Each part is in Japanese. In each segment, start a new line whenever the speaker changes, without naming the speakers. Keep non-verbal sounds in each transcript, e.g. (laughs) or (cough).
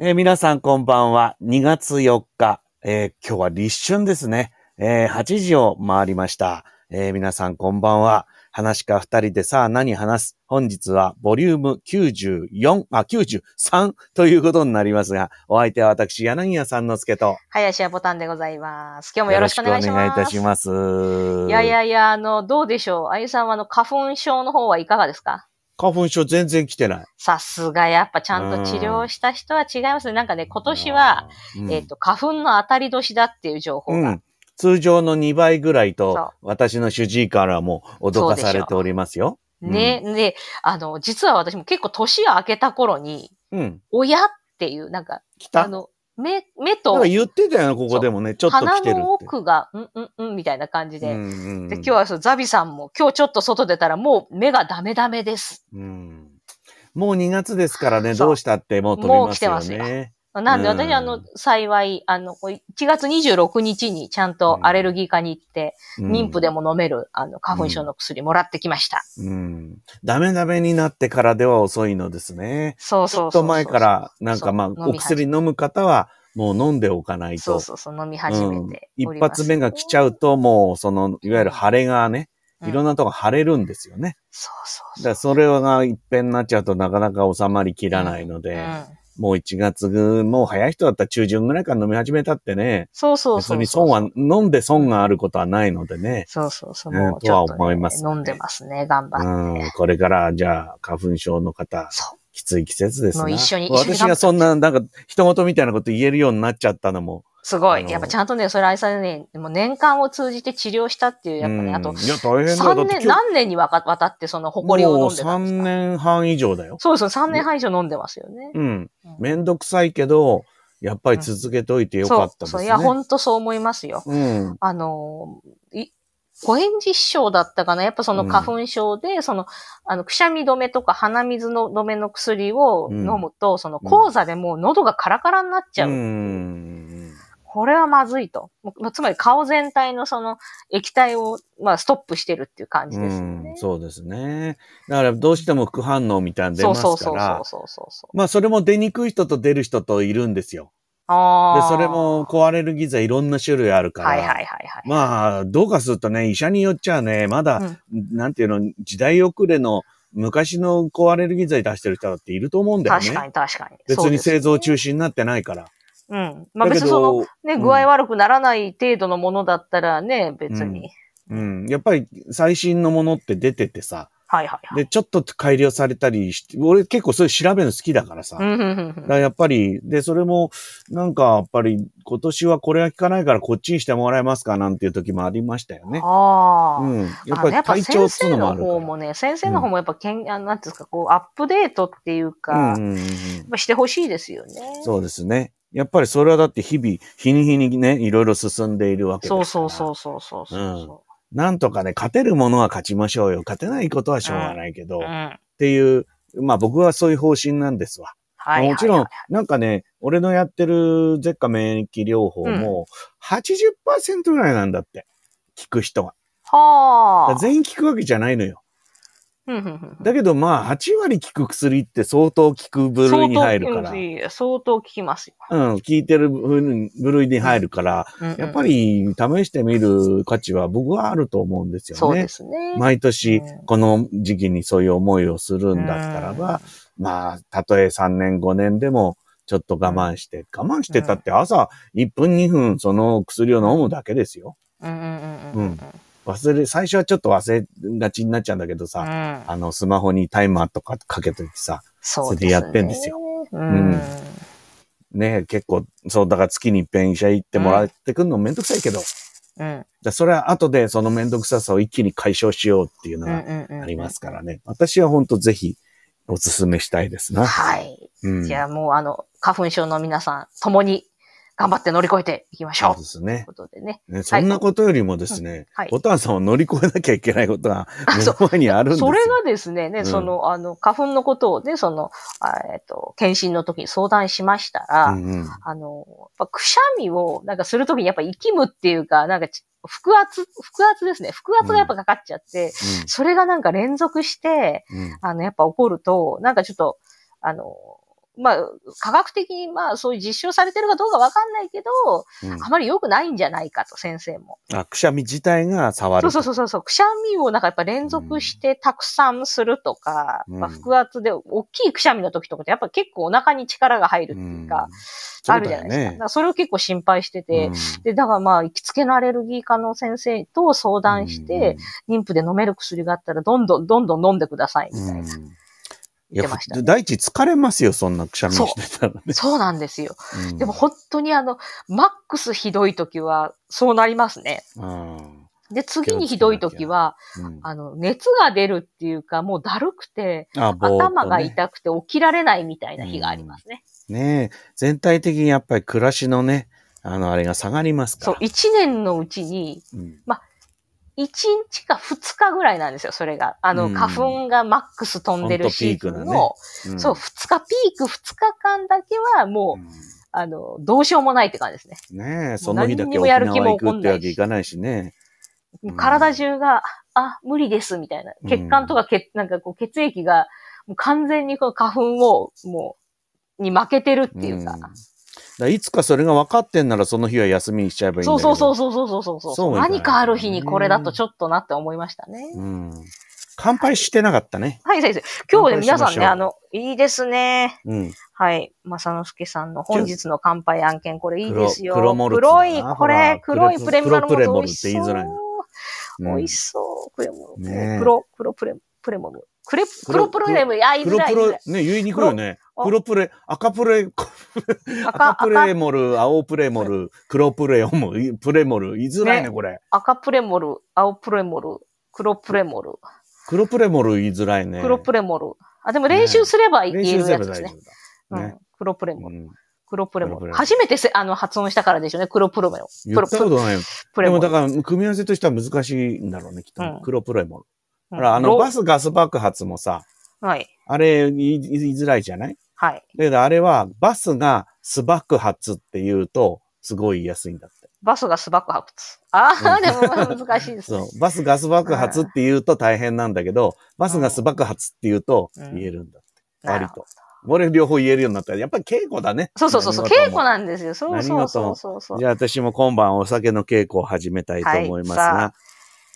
えー皆さんこんばんは。2月4日、えー今日は立春ですね。えー8時を回りました。えー皆さんこんばんは。話か2人でさあ何話す本日はボリューム94、あ、93ということになりますが、お相手は私、柳谷さんのすけと。
林家ボタンでございます。今日もよろしくお願いします。
よろしくお願いいたします。
いやいやいや、あの、どうでしょう。あゆさんは、あの、花粉症の方はいかがですか
花粉症全然来てない。
さすが、やっぱちゃんと治療した人は違いますね。なんかね、今年は、
うん、
えっ、と、花粉の当たり年だっていう情報
う
が。
ん。通常の2倍ぐらい
そ
と
う、
私の主治医からはもう脅かされておりますよ。
ね、で、あの、実は私も結構年を明けた頃に、
うん。
親っていう、なんか、
来
あ
た
の、目、目
なん
と
か言ってたよね、ここでもね。ちょっと
鼻
来てるって。
の奥が、うんうんうんみたいな感じで。
うんうんうん
で今日はそうザビさんも、今日ちょっと外出たらもう目がダメダメです
うんもう2月ですからね、
そう
どうしたってもう飛び
もう
ま
来
す
て
よ
ますよ
ね。
なんで、
うん
私、あの、幸い、あの、こう1月26日にちゃんとアレルギー科に行って、
うん
妊婦でも飲める、あの、花粉症の薬もらってきました。
うん。ダメダメになってからでは遅いのですね。
そう
ちょ
そ
っ
うそうそう。
と前から、なんかまあ、
そう飲
お
み始
薬飲む方は、もう飲んでおかない
め
と。
そうそうそう、飲み始めて
うん
おり
一
ます、
発目が来ちゃうと、もう、その、いわゆる腫れがね、
うん
いろんなとこ腫れるんですよね。
そうそう
だ
そ
か
う。
らそれが一遍になっちゃうとなかなか収まりきらないので、
うん
もう1月ぐ、もう早い人だったら中旬ぐらいから飲み始めたってね、
そうそう
別
そう。
に損は、飲んで損があることはないのでね。
そうそうそう。
うん
もうちょっと、ね
とは思いますね
飲んでますね、頑張って。
うん、これから、じゃあ、花粉症の方、
そう。
きつい季節ですね。
もう一緒に一緒に
私がそんな、なんか、人事みたいなこと言えるようになっちゃったのも。
すご
あ
い。
の
やっぱちゃんとね、それ愛されね、もう年間を通じて治療したっていう、やっぱね、
うん
あと、
いや、大変だよ。だ
3
って
年、何年にわかわたってその誇りを飲んでたんです
もう3
か
年半以上だよ。
そうそう、3年半以上飲んでますよね。
うん
うん。
めんどくさいけど、やっぱり続けといてよかったです
そう、そう
ね。
いや、ほんとそう思いますよ。
うん。
あのー、いご返事師匠だったかなやっぱその花粉症で、その、あの、くしゃみ止めとか鼻水の止めの薬を飲むと、その、
うん
講座でもう喉がカラカラになっちゃう。
うん。
これはまずいと。もうつまり顔全体のその液体を、まあ、ストップしてるっていう感じですよね。
そうですね。だからどうしても副反応みたいなの出
そ
ま
うそう
すか
そう
ら、
そうそうそう。
まあそれも出にくい人と出る人といるんですよ。
あ
で、
あ。
それも高アレルギー剤いろんな種類あるから、
はいはいはいはい。
まあどうかするとね、医者によっちゃね、まだ、
うん
なんていうの、時代遅れの昔の高アレルギー剤出してる人だっていると思うんだよね。
確かに確かに。
別
そう
に
です
製造中止になってないから。
うん。まあ
だ
別
け
にその、
ど、
ね、
うん
具合悪くならない程度のものだったらね、別に。
うん、やっぱり最新のものって出ててさ、
はいはいはい。
で、ちょっと改良されたりして、俺結構それ調べるの好きだからさ。
うんうんう
だ
ん
からやっぱり、で、それも、なんか、やっぱり、今年はこれは効かないからこっちにしてもらえますかなんていう時もありましたよ
うん
ね。
ああ。
うん。やっ
あ
ぱ
の
り体調っつうのもあるから。
先生の方もね、先生の方もやっぱけん、あなんていうんですか、こう、アップデートっていうか、
うんうんうんうん
やっぱしてほしいですよね。
そうですね。やっぱりそれはだって日々、日に日にね、いろいろ進んでいるわけですか
そう
ら。
そうそうそうそうそ
なんとかね、勝てるものは勝ちましょうよ。勝てないことはしょうがないけど、
う。うん。
っ
は
ていう、まあ僕はそういう方針なんですわ。
いはい。
もちろん、なんかね、俺のやってる舌下免疫療法も80%ぐらいなんだって。効く人は。だか
は
ら
あ。
全員効くわけじゃないのよ。
うんうんうん
だけどまあ、8割効く薬って相当効く部類に入るから。
相当効きますよ。
うん、効いてる部類部類に入るから、
うんうん
やっぱり試してみる価値は僕はあると思うんです
そ
よ
うで
ね。
すね。
毎年
うん
この時期にそういう思いをするんだったらば、まあ、たとえ3年5年でも、ちょっと我慢して、我慢してたって朝1分2分その薬を飲むだけですよ。
うんうんうんうんうん。
忘れ、最初はちょっと忘れがちになっちゃうんだけど
う
さ、
ん
あのスマホにタイマーとかかけといてさ、
そ
それでやってんです
よ。
よ。
うん。
うんね結構、そう、だから月に一遍医者行ってもらってくるのめんどくさいけど、
うん。
じゃあそれは後でそのめんどくささを一気に解消しようっていうの
うん
が
うんうん。
ありますからね。私は本当ぜひお勧めしたいですな。
はい。
うん
じゃあもうあの、花粉症の皆さん、共に頑張って乗り越えていきまし
そう
ょ。
う
とい
ですね
う。ことでね。
ね、そんなことよりもですね、
はい
ボタンさんを乗り越えなきゃいけないことが
あ
目
そ
の前にあるんですよ。
それがですね、ね、
うん
その、あの、花粉のことをね、その、あえっと、検診の時に相談しましたら、
うんうん
あの、やっぱくしゃみを、なんかするときにやっぱ息むっていうか、なんかち、腹圧、腹圧ですね。腹圧がやっぱかかっちゃって、それがなんか連続して、
うんうん
あの、やっぱ怒ると、なんかちょっと、あの、まあ、科学的に、まあ、そういう実証されてるかどうかわかんないけど、
うん
あまり良くないんじゃないかと、先生も。
あ、くしゃみ自体が触
そ
る。
うそうそうそう。くしゃみをなんかやっぱ連続してたくさんするとか、
うん
まあ、腹圧で大きいくしゃみの時とかって、やっぱ結構お腹に力が入るっていうか、
うん
あるじゃな
そう
いですか。
だよね
だからそれを結構心配してて、
うん
で、だからまあ、行きつけのアレルギー科の先生と相談して、、妊婦で飲める薬があったら、どんどんどんどん飲んでください、み
うん
たいな。
うんい
言っ
や、
てましたね
ふ第一疲れますよ、そんなくしゃみしてたらね。
そうなんですよ。
うん
でも本当にあの、マックスひどい時は、そうなりますね。
うん
で、次にひどい時は、
うん
あの、熱が出るっていうか、もうだるくて、
あ、ぼーっとね
頭が痛くて起きられないみたいな日がありますね。
ねえ全体的にやっぱり暮らしのね、あの、あれが下がりますか
そう
ら、。
一年のうちに、
うん
1日か2日ぐらいなんですよ、それが。あの、
うん
花粉がマックス飛んでるシーズ
ほ
ン
んとピークだね
の、そう、2日、ピーク2日間だけはもう、
うん
あの、どうしようもないって感じですね。
ねえ、その日だ
何
け
にもやる
沖
気
縄
も
行
起こ
くっ
ん
て
ないし
わけいかないしね。うん
体中が、あ、無理です、みたいな。血管とか血、なんかこう血液が、もう完全にこの花粉を、もう、に負けてるっていうか
ん。だらいつかそれが分かってんならその日は休みにしちゃえばいいんだ
そう
けど
そうそうそうそうそうそう。
そうもいかない
何かある日にこれだとちょっとなって思いましたね。
うん。乾杯してなかったね。
はい、先生。今日
乾杯
ね、
しま
皆
しょう
さんね、あの、いいですね。
うん。
はい。正之助さんの本日の乾杯案件、これいいですよ。
黒黒モルツだな
黒い、こ
ほら
れ、黒い
黒
プレミアムモル
黒
ツ
プレモ
美
ル
味
って
し
言いづらいな
そう。
う
美
ん
味しそう。プレモル。
ねえ
黒、黒プレ、プレモル。クレ
黒
黒プレモル。あ、言いづ
黒
ら
プ
い。言いづら
ロ
い、
ね、言いにくいよね。
黒
黒プレ、赤プレ、
赤
赤プレモル、青プレモル、黒プレモル、プレモル、言いづらいね、
ね
これ。
赤プレモル、青プレモル、黒プレモル、
黒プレモル言いづらいね。
黒プレモル。あ、でも練習すれば言
練習
える
すれ
や
ば
つです
大丈
ね。
夫だ。
う
ね。
ん黒プレモ
う
ル、
ん
黒プレモ
黒プレモ
ル。
ル
初めてせあの発音したからでしょうね。黒プレモル。
言ったことないよ。で
プレモ
もだ
ル。
から、組み合わせとしては難しいんだろうね、きっとね
う。ん
黒プレモル。
うん
ほら、あの、
ロ
バスガス爆発もさ、
はい。
あれ言い言いづらいじゃない
はい。
だけど、あれは、バスがス爆発って言うと、すごい言いやすいんだって。
バスがス爆発。ああ、でも難しいですね。
そう。バスガス爆発って言うと大変なんだけど、バスガス爆発って言うと
うん
言えるんだって。
なる
割
ほど
と。俺両方言えるようになったら、やっぱり稽古だね。
そうそうそうそう。
何事
稽
も
古なんですよ。そうそうそうそうそう。
じゃあ私も今晩お酒の稽古を始めたいと思いますが、
はいさ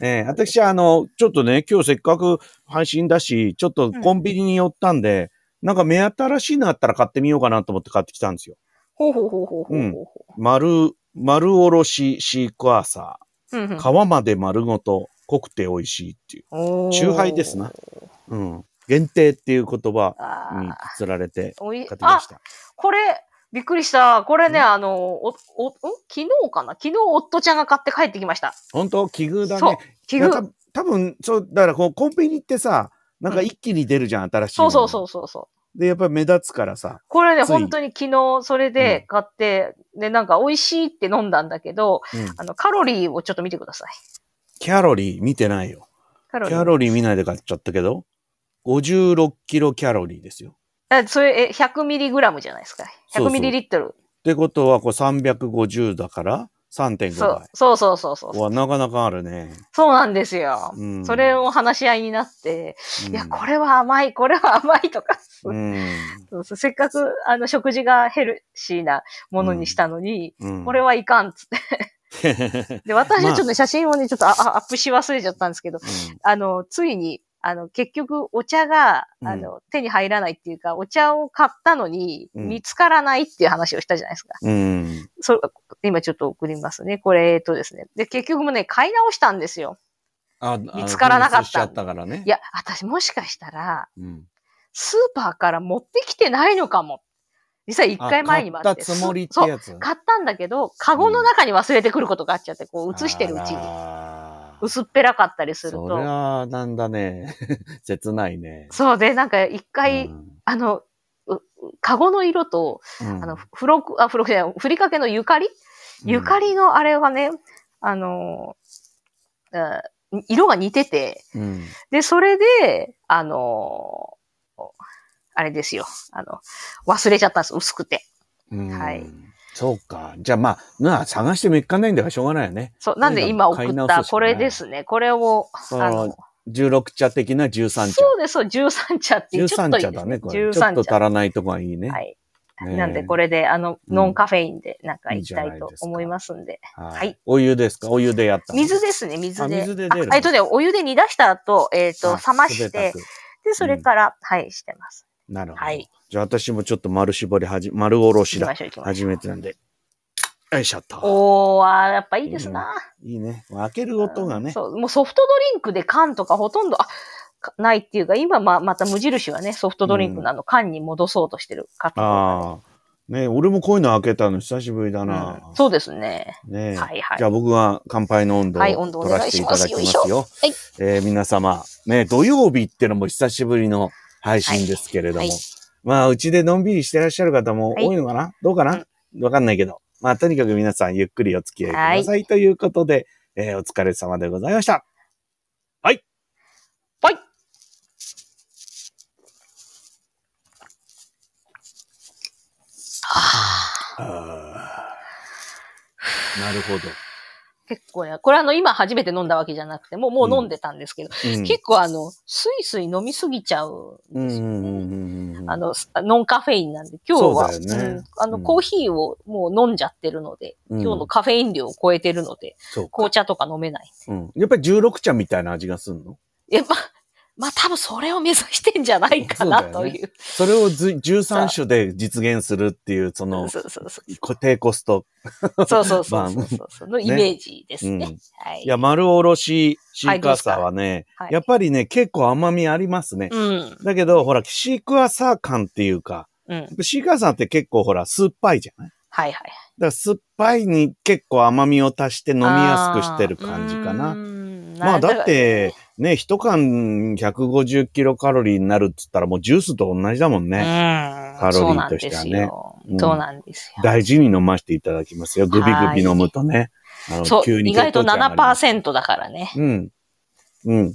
えー私はあの、ちょっとね、今日せっかく配信だし、ちょっとコンビニに寄ったんで、なんか目新しいのあったら買ってみようかなと思って買ってきたんですよ。
ほうほうほうほうほうほうほ
丸、丸おろしシークワーサ
う。うん
ー。
うん
皮まで丸ごと濃くて美味しいっていう。
おー
酎ハイですな。うん。限定っていう言葉
あ
に
ー
つられて
お
買
い
ってきま
あ
し、た。
これ、びっくりした。これね、あの、お、お、ん昨日かな昨日夫ちゃんが買って帰ってきました。
本当奇遇だ
そう
ね。。
器
いや
具。
た多分、そう、だからこうコンビニってさ、なんか一気に出るじゃん、新しいも
そ
の。
うそうそうそうそう。
で、やっぱり目立つからさ。
これね、
つい
本当に昨日それで買って、で、なんか美味しいって飲んだんだけど、
うん
あの、カロリーをちょっと見てください。
キャロリー見てないよ。
カロ
キ
リ
ャ
ー。
ロリー見ないで買っちゃったけど、56キロキャロリーですよ。
え、それ、え、100ミリグラムじゃないですか。
そうそう
100ミリリットル。
ってことは、こう350だから
そ
3.5
うそうそうそうそう
倍。わ、なかなかあるね。
そうなんですよ。
うん
それを話し合いになって、いや、これは甘い、これは甘いとか、
うん。
そうそうせっかく、あの、食事がヘルシーなものにしたのに、
うん。
これはいかんっつって。
うん、
で、私
まあ
はちょっと写真をね、ちょっとああアップし忘れちゃったんですけど、あの、ついに、あの、結局、お茶が、
うん
あの、手に入らないっていうか、お茶を買ったのに、
うん
見つからないっていう話をしたじゃないですか。
うん。
それ今ちょっと送りますね。これ、えっとですね。で、結局もね、買い直したんですよ。
あ
見つからなかっ
あの紛
た
失しちゃったからね。
いや、私もしかしたら、
うん。
スーパーから持ってきてないのかも。実は一
あ
回前にもあ
買
っ。
ってたつもりって
そう
やつ。
買ったんだけど、カゴの中に忘れてくることがあっちゃって、こう映してるうちに。
あら
薄っぺらかったりする
そり
と。
ゃあ、なんだね。 (laughs) 切ないね。
そうで、なんか一回、
うん
あの、うカゴの色と、
うん
あの、付録、あ、付録じゃない、ふりかけのゆかりゆかりのあれはね、あの、うん色が似てて、
うん
で、それで、あの、あれですよ、あの、忘れちゃったんです、薄くて。
うん
はい
そうか。じゃあまあ、なあ探してもいかないんだからしょうがないよね。
そう、なん
と
で
にか
今
く買い
送っ
直
た、
すしか
こ
ない
れですね、これを、
そ
あ
の
の、
16茶的な13茶。
そうです、そう、13茶っていう。ちょっ
13
といい
茶
で
だ
す
ね、
ね。
これ。ちょっと
13
足
茶。
らないとこがいいね。
はい。
ねえ
なんで、これで、あ
う
の、
ん
ノンカフェインで、なんか
いい
行
じ
き
ゃな
た
いです
い
か
と思いますんで。
は
はい。
お湯ですかお湯でやった。
水ですね、水で。
あ水で出る
あえっとね、お湯で煮出した後、えっと、冷まし
冷た
て
く、
で、それから、はい、してます。
なるほど。
はい
じゃあ私もちょっと丸絞りはじ、丸おろし
行き
だ
ま。しょう、行きましょ
初めてなんで。よいしょっと。
おー、あーやっぱいいですな。
いいね。開ける音がね。
そう、もうソフトドリンクで缶とかほとんど、あ、かないっていうか、今ま、また無印はね、ソフトドリンクのあの缶に戻そうとしてる方が
ああ。ね俺もこういうの開けたの久しぶりだ
うん
な。
そうですね。
ねえ
はいはい
じゃあ僕は乾杯の温度を
はい温度お
取ら
願
せ
い
てい
したま
だ
す
きます
よいし
よ。
はい
えー皆様、ね、土曜日ってのも久しぶりの配信ですけれども、
はい
まあ、うちでのんびりしてらっしゃる方も多いのかな、どうかなわかんないけど、まあ、とにかく皆さんゆっくりお付き合いくださいということで、えーお疲れ様でございました。
はい。
あーなるほど。
結構ね、これあの、今初めて飲んだわけじゃなくて、もう、もう飲んでたんですけど、
うん
結構あの、スイスイ飲みすぎちゃう
うん
ですよね。
んうんうんうんうん
あの、ノンカフェインなんで、今日は、
そうだよね
んあの、
うん
コーヒーをもう飲んじゃってるので、
うん
今日のカフェイン量を超えてるので、
そうか
紅茶とか飲めない。
うんやっぱり16茶みたいな味がするの
やっぱ、まあ多分それを目指してんじゃないかな
そう
と
だよね
いう。
それをず13種で実現するっていう、その、
(laughs) そうそうそう。
低コスト。
そうそうそ
まあ
うそうそうそう。のイメージですね。
うん
はい。
いや、丸おろしシークワーサーはね、
はい
やっぱりね、結構甘みありますね。
うん。
だけど、ほら、シークワーサー感っていうか、
うん。
シークワーサーって結構ほら、酸っぱいじゃないだか
はいはい。
ら酸っぱいに結構甘みを足して飲みやすくしてる感じか
あー
な。
うーん
まあ、だっ、
な
て、ね、一缶150キロカロリーになるって言ったらもうジュースと同じだもんね。
うん。
カロリーとしてはねうん
そうなんですよ。そうなんですよ。
大事に飲ませていただきますよ。グビグビ飲むとね。あの
そう、意外と
血糖値上がり
7%だからね。
うん。うん。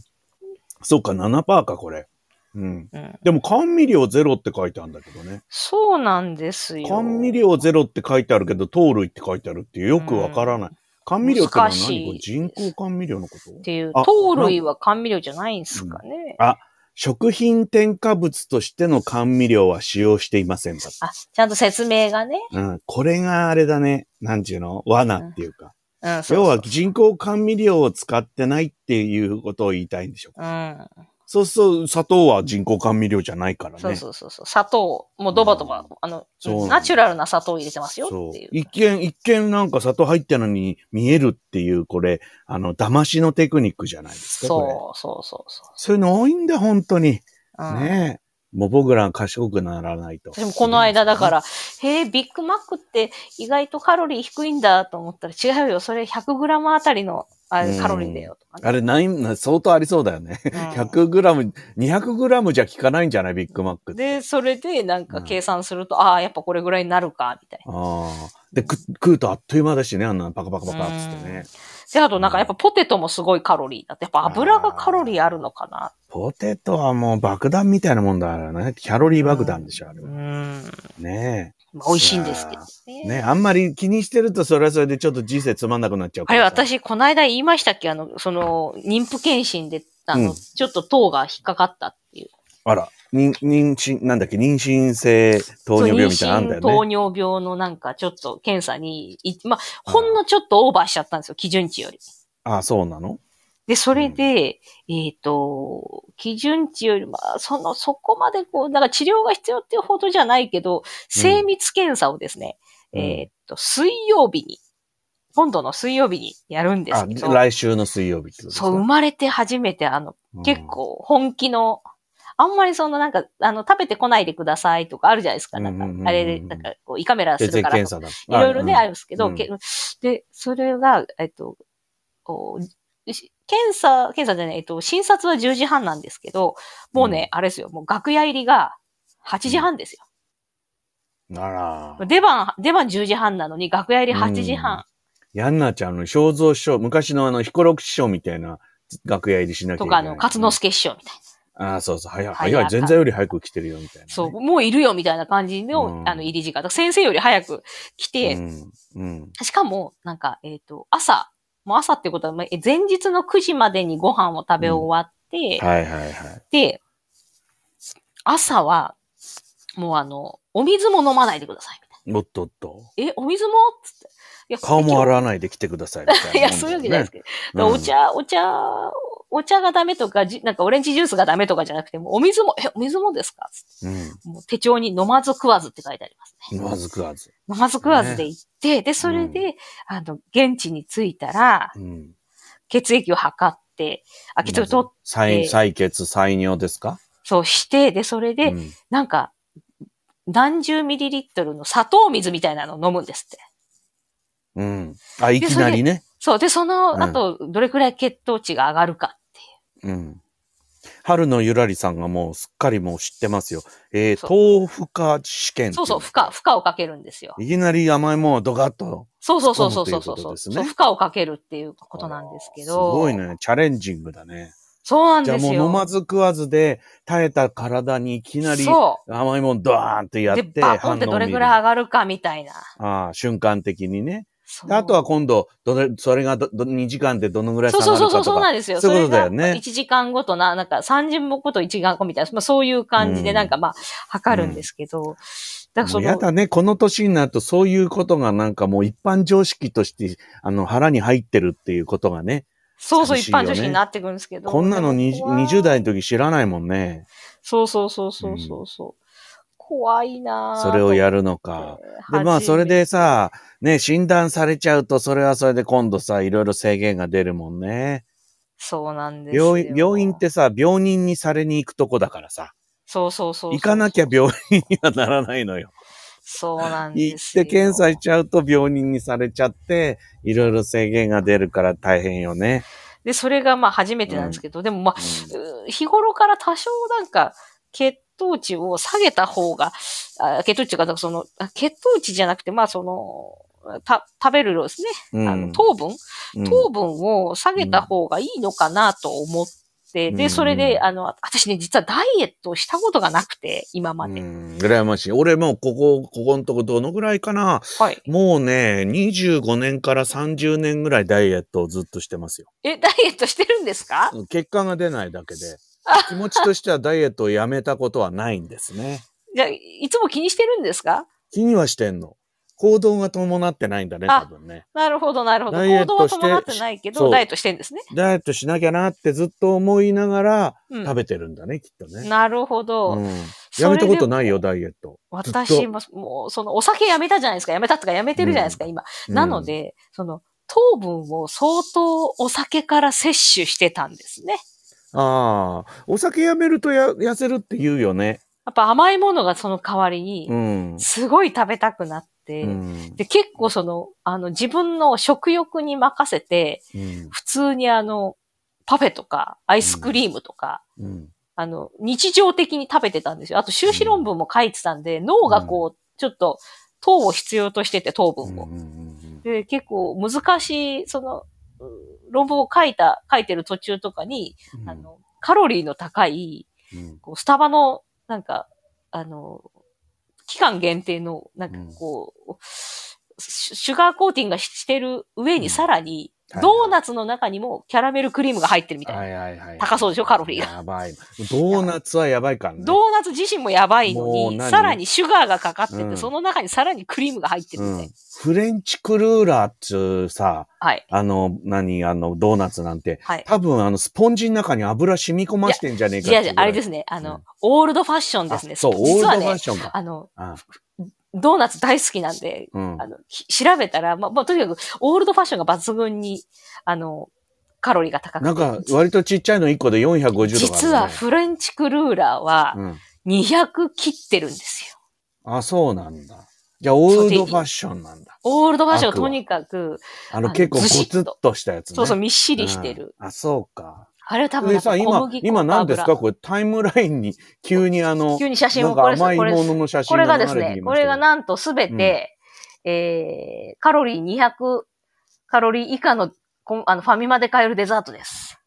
そうか、7%か、これ。うん。
うん。
でも、甘味料ゼロって書いてあるんだけどね。
そうなんですよ。
甘味料ゼロって書いてあるけど、糖類って書いてあるってよくわからない。甘味料ってのは
難し
何
い
これ人工甘味料のこ
っ
と
ていう
あ、
糖類は甘味料じゃないんすかね。
あ食品添加物としての甘味料は使用していませんだって。
あ、ちゃんと説明がね。
うん。これがあれだね。なんちゅうの罠っていうか。
うん、そう
要
そ
は
う。
人工甘味料を使ってないっていうことを言いたいんでしょうか。
うん。
そうすると、砂糖は人工甘味料じゃないからね。
そうそうそうそう。砂糖、もうドバドバ、
うん
あの
そうなん、だ
ナチュラルな砂糖入れてますよっていう。
一見、一見なんか砂糖入ってるのに見えるっていう、これ、あの、騙しのテクニックじゃないですか、これ。
そうそうそうそ
そういうの多いんだ、本当に。
う。うん
ねえ。もう僕らは賢くならないと。
でもこの間だから、へえ、ビッグマックって意外とカロリー低いんだと思ったら違うよ、それ 100g あたりのあ
うん
カロリーだよとかね。
あれ、ない、相当ありそうだよね。100グラム、200グラムじゃ効かないんじゃないビッグマック
う
っ
ん
て。
で、それでなんか計算すると、ああ、やっぱこれぐらいになるか、みたいな。
ああ。で、く食うとあっという間だしね、あんなパカパカパカっつってね。
で、あとなんかやっぱポテトもすごいカロリーだって、やっぱ油がカロリーあるのかな。
ポテトはもう爆弾みたいなもんだからね。キャロリー爆弾でしょ、あれ
う
は。
ん。
ね
まあ、美味しいんですけど
え。
ね。
ねえあんまり気にしてるとそれはそれでちょっと人生つまんなくなっちゃう
あ
か
れ、
らさ。
私、この間言いましたっけあの、その、妊婦検診で、あの、
うん
ちょっと糖が引っかかったっていう。
あら、に妊娠、なんだっけ、妊娠性糖尿病みたいなのあんだ
そう妊娠
よ
糖
ね。
尿病のなんか、ちょっと検査にい、まあ、ほんのちょっとオーバーしちゃったんですよ、基準値より。
あそうなの
で、それで、えっ、と、基準値より、まあ、その、そこまでこう、なんか治療が必要っていうほどじゃないけど、精密検査をですね、
うん
えっ、と、水曜日に、今度の水曜日にやるんです
あ
け、ど、
来週の水曜日ってことですか
そう、生まれて初めて、あの、
うん
結構本気の、あんまりそのなんか、あの、食べてこないでくださいとかあるじゃないですか。なん
うんうんうんう
か、
ん
あれで、なんか、こう、胃カメラす
血
る
液
から
検
とか。
査だ。
いろいろね、あ
あ
るんですけど、
うん
けで、それが、えっと、こうし検査、検査じゃない、えっと、診察は10時半なんですけど、もうね、あれですよ、もう楽屋入りが8時半ですよ。
うんあら。
出番、出番10時半なのに、楽屋入り8時半
やんなちゃんの肖像師匠、昔のあの、彦六師匠みたいな楽屋入りしなきゃ
と
いけ
か、
ない。
あの、勝之。助師匠みたいな。
あそうそう、早い、
早い
早い、全然より早く来てるよ、みたいなね。
そう、もういるよみたいな感じの、
うん
あの、入り時間。だから先生より早く来て、
うん。うん。
しかも、なんか、えっ、と、朝、もう朝ってことは、まあえ前日の9時までにご飯を食べ終わって、
はいはいはい。
で、朝は、もうあの、お水も飲まないでください。みた
おっとっと。
いなえ、お水もつって。いや
顔も洗わ
わ
ないで来てくださいみたいなもんだよね。
いや、そういうわけじゃないですけど。だからお茶、お茶、お茶がダメとか、じなんかオレンジジュースがダメとかじゃなくて、もうお水も、え、お水もですかつって
うん。
もう手帳に飲まず食わずって書いてありますね。
うん。まずくわず。
飲まず食わずで行って、で、それで、あの、現地に着いたら、
うん。
血液を測って、あ、血液を取っ、
採採血、採尿ですか
そうして、で、それで、
うん
なんか、何十ミリリットルの砂糖水みたいなのを飲むんですって。
うん。あ、いきなりね。
そう。で、その後、どれくらい血糖値が上がるかっていう。
うん。春のゆらりさんがもうすっかりもう知ってますよ。えー、
そ
豆腐化試験。
そうそう、負荷、。負荷をかけるんですよ。
いきなり甘いもんをドカッと。
そうそうそうそうそうそ
突っ込むという
う
こ
そ
と
う
ですね
そう、負荷をかけるっていうことなんですけど。
すごい。ね。チャレンジングだね。
そうなん
じゃあ
ですよ。
もう飲まず食わずで、耐えた体にいきなり
そ
甘いもんドワーンってや
う。
っ
で、
て、
バコンって
反応
ど
を
れ
見
ぐ
る
らい上がるかみたいな。
ああ、瞬間的にね。
そ
で
う
あとは今度、どれ、それがど、ど、2時間でどのぐらい下
そ
が
う
る
そう
か
そ
とか。
うそう、そうなんですよ。
そういうことだよ
それが
ね
1時間ごとな、なんか30分ごと1時間ごとみたいな、まあ、そういう感じ
う
で、
ん
なんかまあ、測るんですけど。だから
も
そう
や
の、
だね。この年になるとそういうことがなんかもう一般常識として、あの、腹に入ってるっていうことがね。
そうそう、
寂し
一
いよね
般女子になってくるんですけど。
こんなの
で
に
も怖い
20代の時知らないもんね。
そうそうそうそうそうそう。怖いなぁ
それをやるのか。
と思って。
で、まあ、
初
そ
め
れで、さ、ね、診断されちゃうと、それはそれで今度さ、いろいろ制限が出るもんね。
そうなんですよ
病院、病院っ。てさ、病人にされに行くとこだからさ、
そうそうそうそう。
行かなきゃ病院にはならないのよ。
そうなん
行
で
っ
すよ。
て検査しちゃうと病人にされちゃって、いろいろ制限が出るから大変よね。
で、それがまあ初めてなんですけど、でもまあ、うー日頃から多少なんか、血糖値を下げた方が、あ血糖値が、その、あ血糖値じゃなくて、まあその、た、食べる量ですね。
うん
あの糖分
うん
糖分を下げた方がいいのかなと思って、
うん
で、それ
う
で、
ん
あの、私ね、実はダイエットをしたことがなくて、今まで。
うん羨ましい。俺もうここ、ここのとこどのぐらいかな
はい。
もうね、25年から30年ぐらいダイエットをずっとしてますよ。
え、ダイエットしてるんですか
結果が出ないだけ
(laughs)
で、気持ちとしてはダイエットをやめたことはないんですね。
じゃあ、いつも気にしてるんですか
気にはしてんの。行動が伴ってないんだね、
あ
多分ね。
なるほど、なるほど。
ダイエ
行
ッ
動は
トして
伴ってないけ
そ
ど、
う
ダイエットしてるんですね。
ダイエットしなきゃなってずっと思いながら
うん
食べてるんだね、きっとね。
なるほど。
うんやめたことないよ、ダイエット。ずっと
私も、もう、その、お酒やめたじゃないですか。やめたとかやめてるじゃないですか、今。なの
うん、
で、その、糖分を相当お酒から摂取してたんですね。
ああ、お酒やめるとや痩せるって言うよね。
やっぱ甘いものがその代わりに
う、ん。
すごい食べたくなって、
うん
で、結構その、あの、自分の食欲に任せて、
うん
普通にあの、パフェとか、アイスクリームとか、
うん
あの、日常的に食べてたんですよ。あと、修士論文も書いてたんで、脳がこう、ちょっと、糖を必要としてて、糖
うん
分を。
うんうん
で、結構難しい、その、う論文を書いた、書いてる途中とかに、
うん
あの、カロリーの高い、
うん
こう、スタバの、なんか、あの、期間限定の、なんかこう、シュシュガーコーティングがししてる上
うん
にさらに、
はい
ドーナツの中にもキャラメルクリームが入ってるみたいな。
はいはいはい。
高そうでしょカロリーが
やばい。ドーナツはやばいからね。
ドーナツ自身もやばいの
もう
に、
何
さらにシュガーがかかってて、
うん
その中にさらにクリームが入ってるみたいな。
うんフレンチクルーラーっつうさ、
はい。
あの、何、あの、ドーナツなんて、
はい。
多分あの、スポンジの中に油染み込ましてんじゃねえか
じゃあじゃあ、あれですすね。あの、
うん
オールドファッションですね。
そう、オール
実
ド
は
ファッ
ね、
ションか。
あの、
あ
ドーナツ大好きなんで、
うん
あの、ひ調べたら、まあ、まあ、とにかく、オールドファッションが抜群に、あの、カロリーが高くて。
なんか、割とちっちゃいの1個で450とかあるね。
実はフレンチクルーラーは
うん
200切ってるんですよ。
あ、そうなんだ。じゃあ、オールドファッションなんだ。
オールドファッションは
悪は
とにかく、
あ
あ
の、
の
結構ゴ
ずしっと
ツッとしたやつね。
そうそう、みっ
き
しりしてる。。
あ、そうか。
あれは多分
で
なん
さ、
か小
今
麦、粉
今
と
何ですか
油
これタイムライン
(laughs)
に急にあの、
急に写真
なん
をこ
か
れです
甘いも
これです
のの写真
これ
が
がで
流
す
れて
ね
き、ま
こ
した
れ
けど
がなんとすべて、えー、カロリー200、カロリー以下のこんあのファミマで買えるデザートです。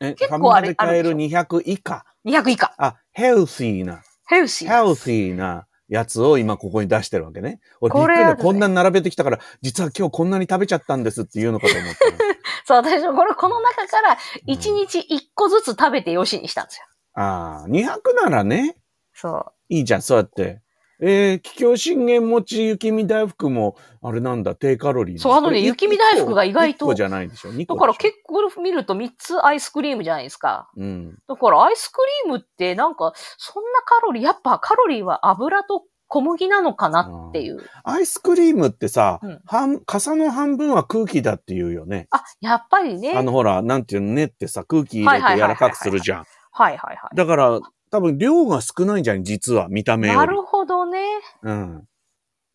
え
結
フ
構
ァミマ
あ
で
れ
買える
ある
200以下。
200以下。
あ、ヘルシーな、
ヘルシ
ヘ
ー。
ルシーなやつを今ここに出してるわけね。俺びっ
こ
く
れ
り
やだ
だ。
ね
こんなに並べてきたから、実は今日こんなに食べちゃったんですっていうのかと思ったら。
そう、私もこれ、この中から1
うん
日1個ずつ食べてよしにしたんですよ。
ああ、200ならね、
そう。
いいじゃん、そうやって。えー、桔梗信玄餅雪見大福も、あれなんだ、低カロリーな
そうあのね
これ一
雪見大福が意外と
一個じゃないでしょ。二個
だから
でしょ
結構見ると3つアイスクリームじゃないですか。
うん。
だからアイスクリームってなんかそんなカロリー、やっぱカロリーは油と小麦なのかなっていう。
アイスクリームってさ、
うん
半、傘の半分は空気だって言うよね。
あ、やっぱりね。
あ
はい
のほら、なんていうのねってさ、空気入れて柔らかくするじゃん。
はいはい。
だから、多分量が少ないんじゃん、実は、見た目よ
な
り。
るほどね。
うん。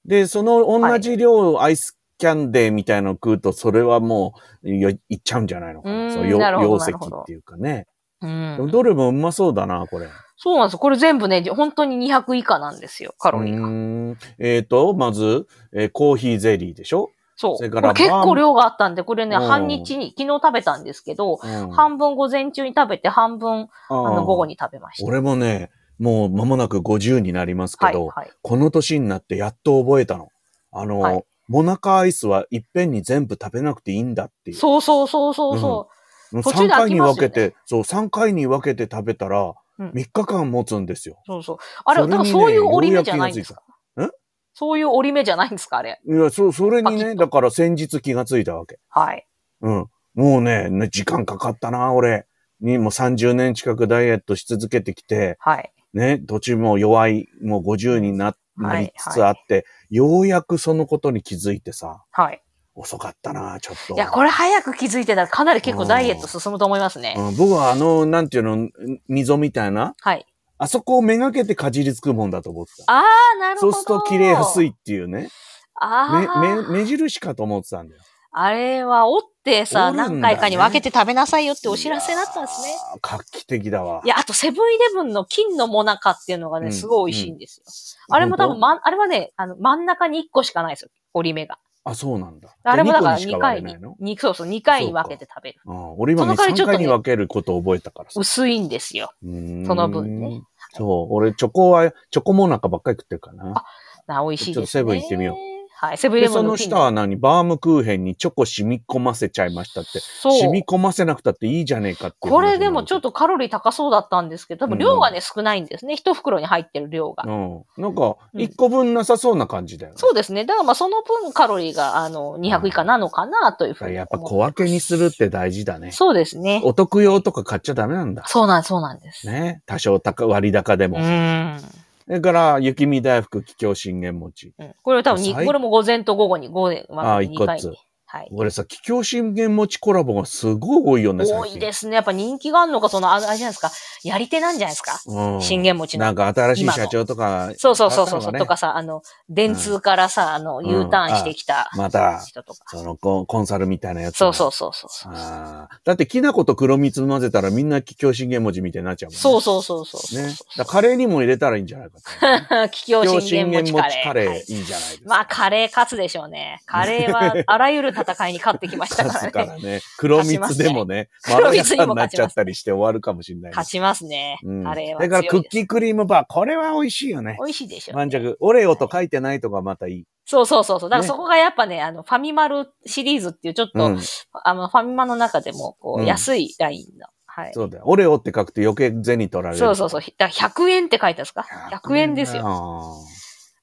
で、その同じ量をアイスキャンデーみたいのを食うと、それはもう、よいっちゃうんじゃないのか
うー
な。
ん
そう、よ
なるほど
溶
なるほど
石っていうかね。
うん。
どれもうまそうだな、これ。
そうなんです。これ全部ね、本当に200以下なんですよ、カロリー
う
が。
ーんえっ、と、まず、えーコーヒーゼリーでしょ、
そ
そ
う。こ
れ
れ
から
結
バーム
構量があったんで、これね、
うん
半日に、昨日食べたんですけど、
うん
半分午前中に食べて、半分、あの、午後
に。
に食べました。
俺もね、もう間もなく50になりますけ
はい、
ど、
はい。
この年になってやっと覚えたの。あの、
はい
モナカアイスはいっぺんに全部食べなくていいんだっていう。
そうそうそうそうそう。
もう
途中
3
で飽
回
き
に
ます
分
よね
けて、そう、3回に分けて食べたら、
うん
3日間持つんですよ。
そうそう。あれ、
それに
だ
ね
からそういう折り目じゃないんですか
ようやく
そういう折り目じゃないんですかあれ。
いや、そう、それに
パキ
ね、
ッ
だから先日気がついたわけ。
はい。
うん。もうね、ね時間かかったな、俺。に、もう30年近くダイエットし続けてきて、
はい。
ね、途中もう弱い、もう50にななりつつあって、ようやくそのことに気づいてさ、
はい。
遅かったな、ちょっと。
いや、これ早く気づいてたらかなり結構ダイエット進むと思いますね。
うん、僕はあの、なんていうの、溝みたいな、
はい。
あそこをめがけてかじりつくもんだと思ってた。
ああ、なる
そ
ほど。
うすると切れやすい。っていうね。
ああ。
め、め、目印かと思ってたんだよ。
あれは折ってさ、
折るんだね
何回かに分けて食べなさいよってお知らせだったんですね
いや。ー。画期的だわ。
いや、あとセブンイレブンの金のモナカっていうのが
う
ね、
ん
すごい美味しいんですよ。あれも多分、まん、あれはね、あの、真ん中に1個しかないですよ。折り目が。
あ、そうなんだ。
あれもだから
で二個にし
2
か割
回
れな
に
いの、
二そうそう、2回に分けて食べる。
あー俺今ね、
その代わりちょ
3
っとね
回に分けることを覚えたからさ。
薄いんですよ。
うーん
その分ね。
そう。俺、チョコは、チョコモナカばっかり食ってるからな。
な、美味しいです、ね。
ちょっとセブン行ってみよう。
はい、セブンイレ
で、
ブ
そ
ン
の
の
下は何バームクーヘンにチョコ染み込ませちゃいましたって。
そ
染
う
み。込ませなくたっていいじゃねえかっていう話
こ
になる。
れでもちょっとカロリー高そうだったんですけど、多分量がね、少ないんですね。一袋に入ってる量が。
うん。なんか、
うん
一個分なさそうな感じだよね。
そうですね。だからまあその分カロリーがあの200以下なのかなというふうに
や
思
っ
っ
ぱ
て。
小分けにするって大事だね。
そうですね。
お得用とか買っちゃダメなんだ。
そうなんです、そうなんです。
ね。多少高割高で
う
も。
ーん。
それから、雪見大福、桔梗信玄餅。
うんこれ多分に、
最
これも午前と午後に、午前、ま
ああ
あ、
一
2
個
回
ずつ
に。はい。
俺さ、桔梗信玄餅コラボがすごい多いよね、
多いですね。やっぱ人気があるのか、その、ああれじゃないですか。やり手なんじゃないですか。
す。うん
信玄餅の
なんか新しい社長とか、
そうそうそうそうそう、
ね
とかさ、あの、電通からさ、あの、
ん
U ターンしてきた
あまた
人とか。
そのコンコンサルみたいなやつ。
そうそうそうそう。
ああ。だって、きな粉と黒蜜混ぜたらみんな桔梗信玄餅みたいになっちゃうもんね。
そうそうそうそう。
ね。だからカレーにも入れたらいいんじゃないかと思うね。
(laughs) 桔梗
桔梗
信玄餅カレー。
カレー (laughs)
はい
いんじゃないですか。
まあ、カレー勝つでしょうね。カレー
(laughs)
は、あらゆる戦いに勝ってきましたか
勝つからら
ね。
ね。黒蜜でもね、ま
勝
ろ
ち
や
ますね
かになっちゃったりして終わるかもしれないね。
勝ちますね。
うん。
カレーは
だからク
強い
ッ
です。
キークリームバー、これは美味しいよね。
美味しいでしょうね、
満着。オレオと書いてないとかまたいい。
そうそうそうそう。だから
ね
そこがやっぱね、あの、ファミマルシリーズっていうちょっと、
うん。
あの、ファミマの中でも、こ
う
う、
ん
安いラインの。はい。
そうだよ。オレオって書くと余計銭取られる。
そうそうそう。だから100円って書いてあるんですか ?100 円ですよ。
よ。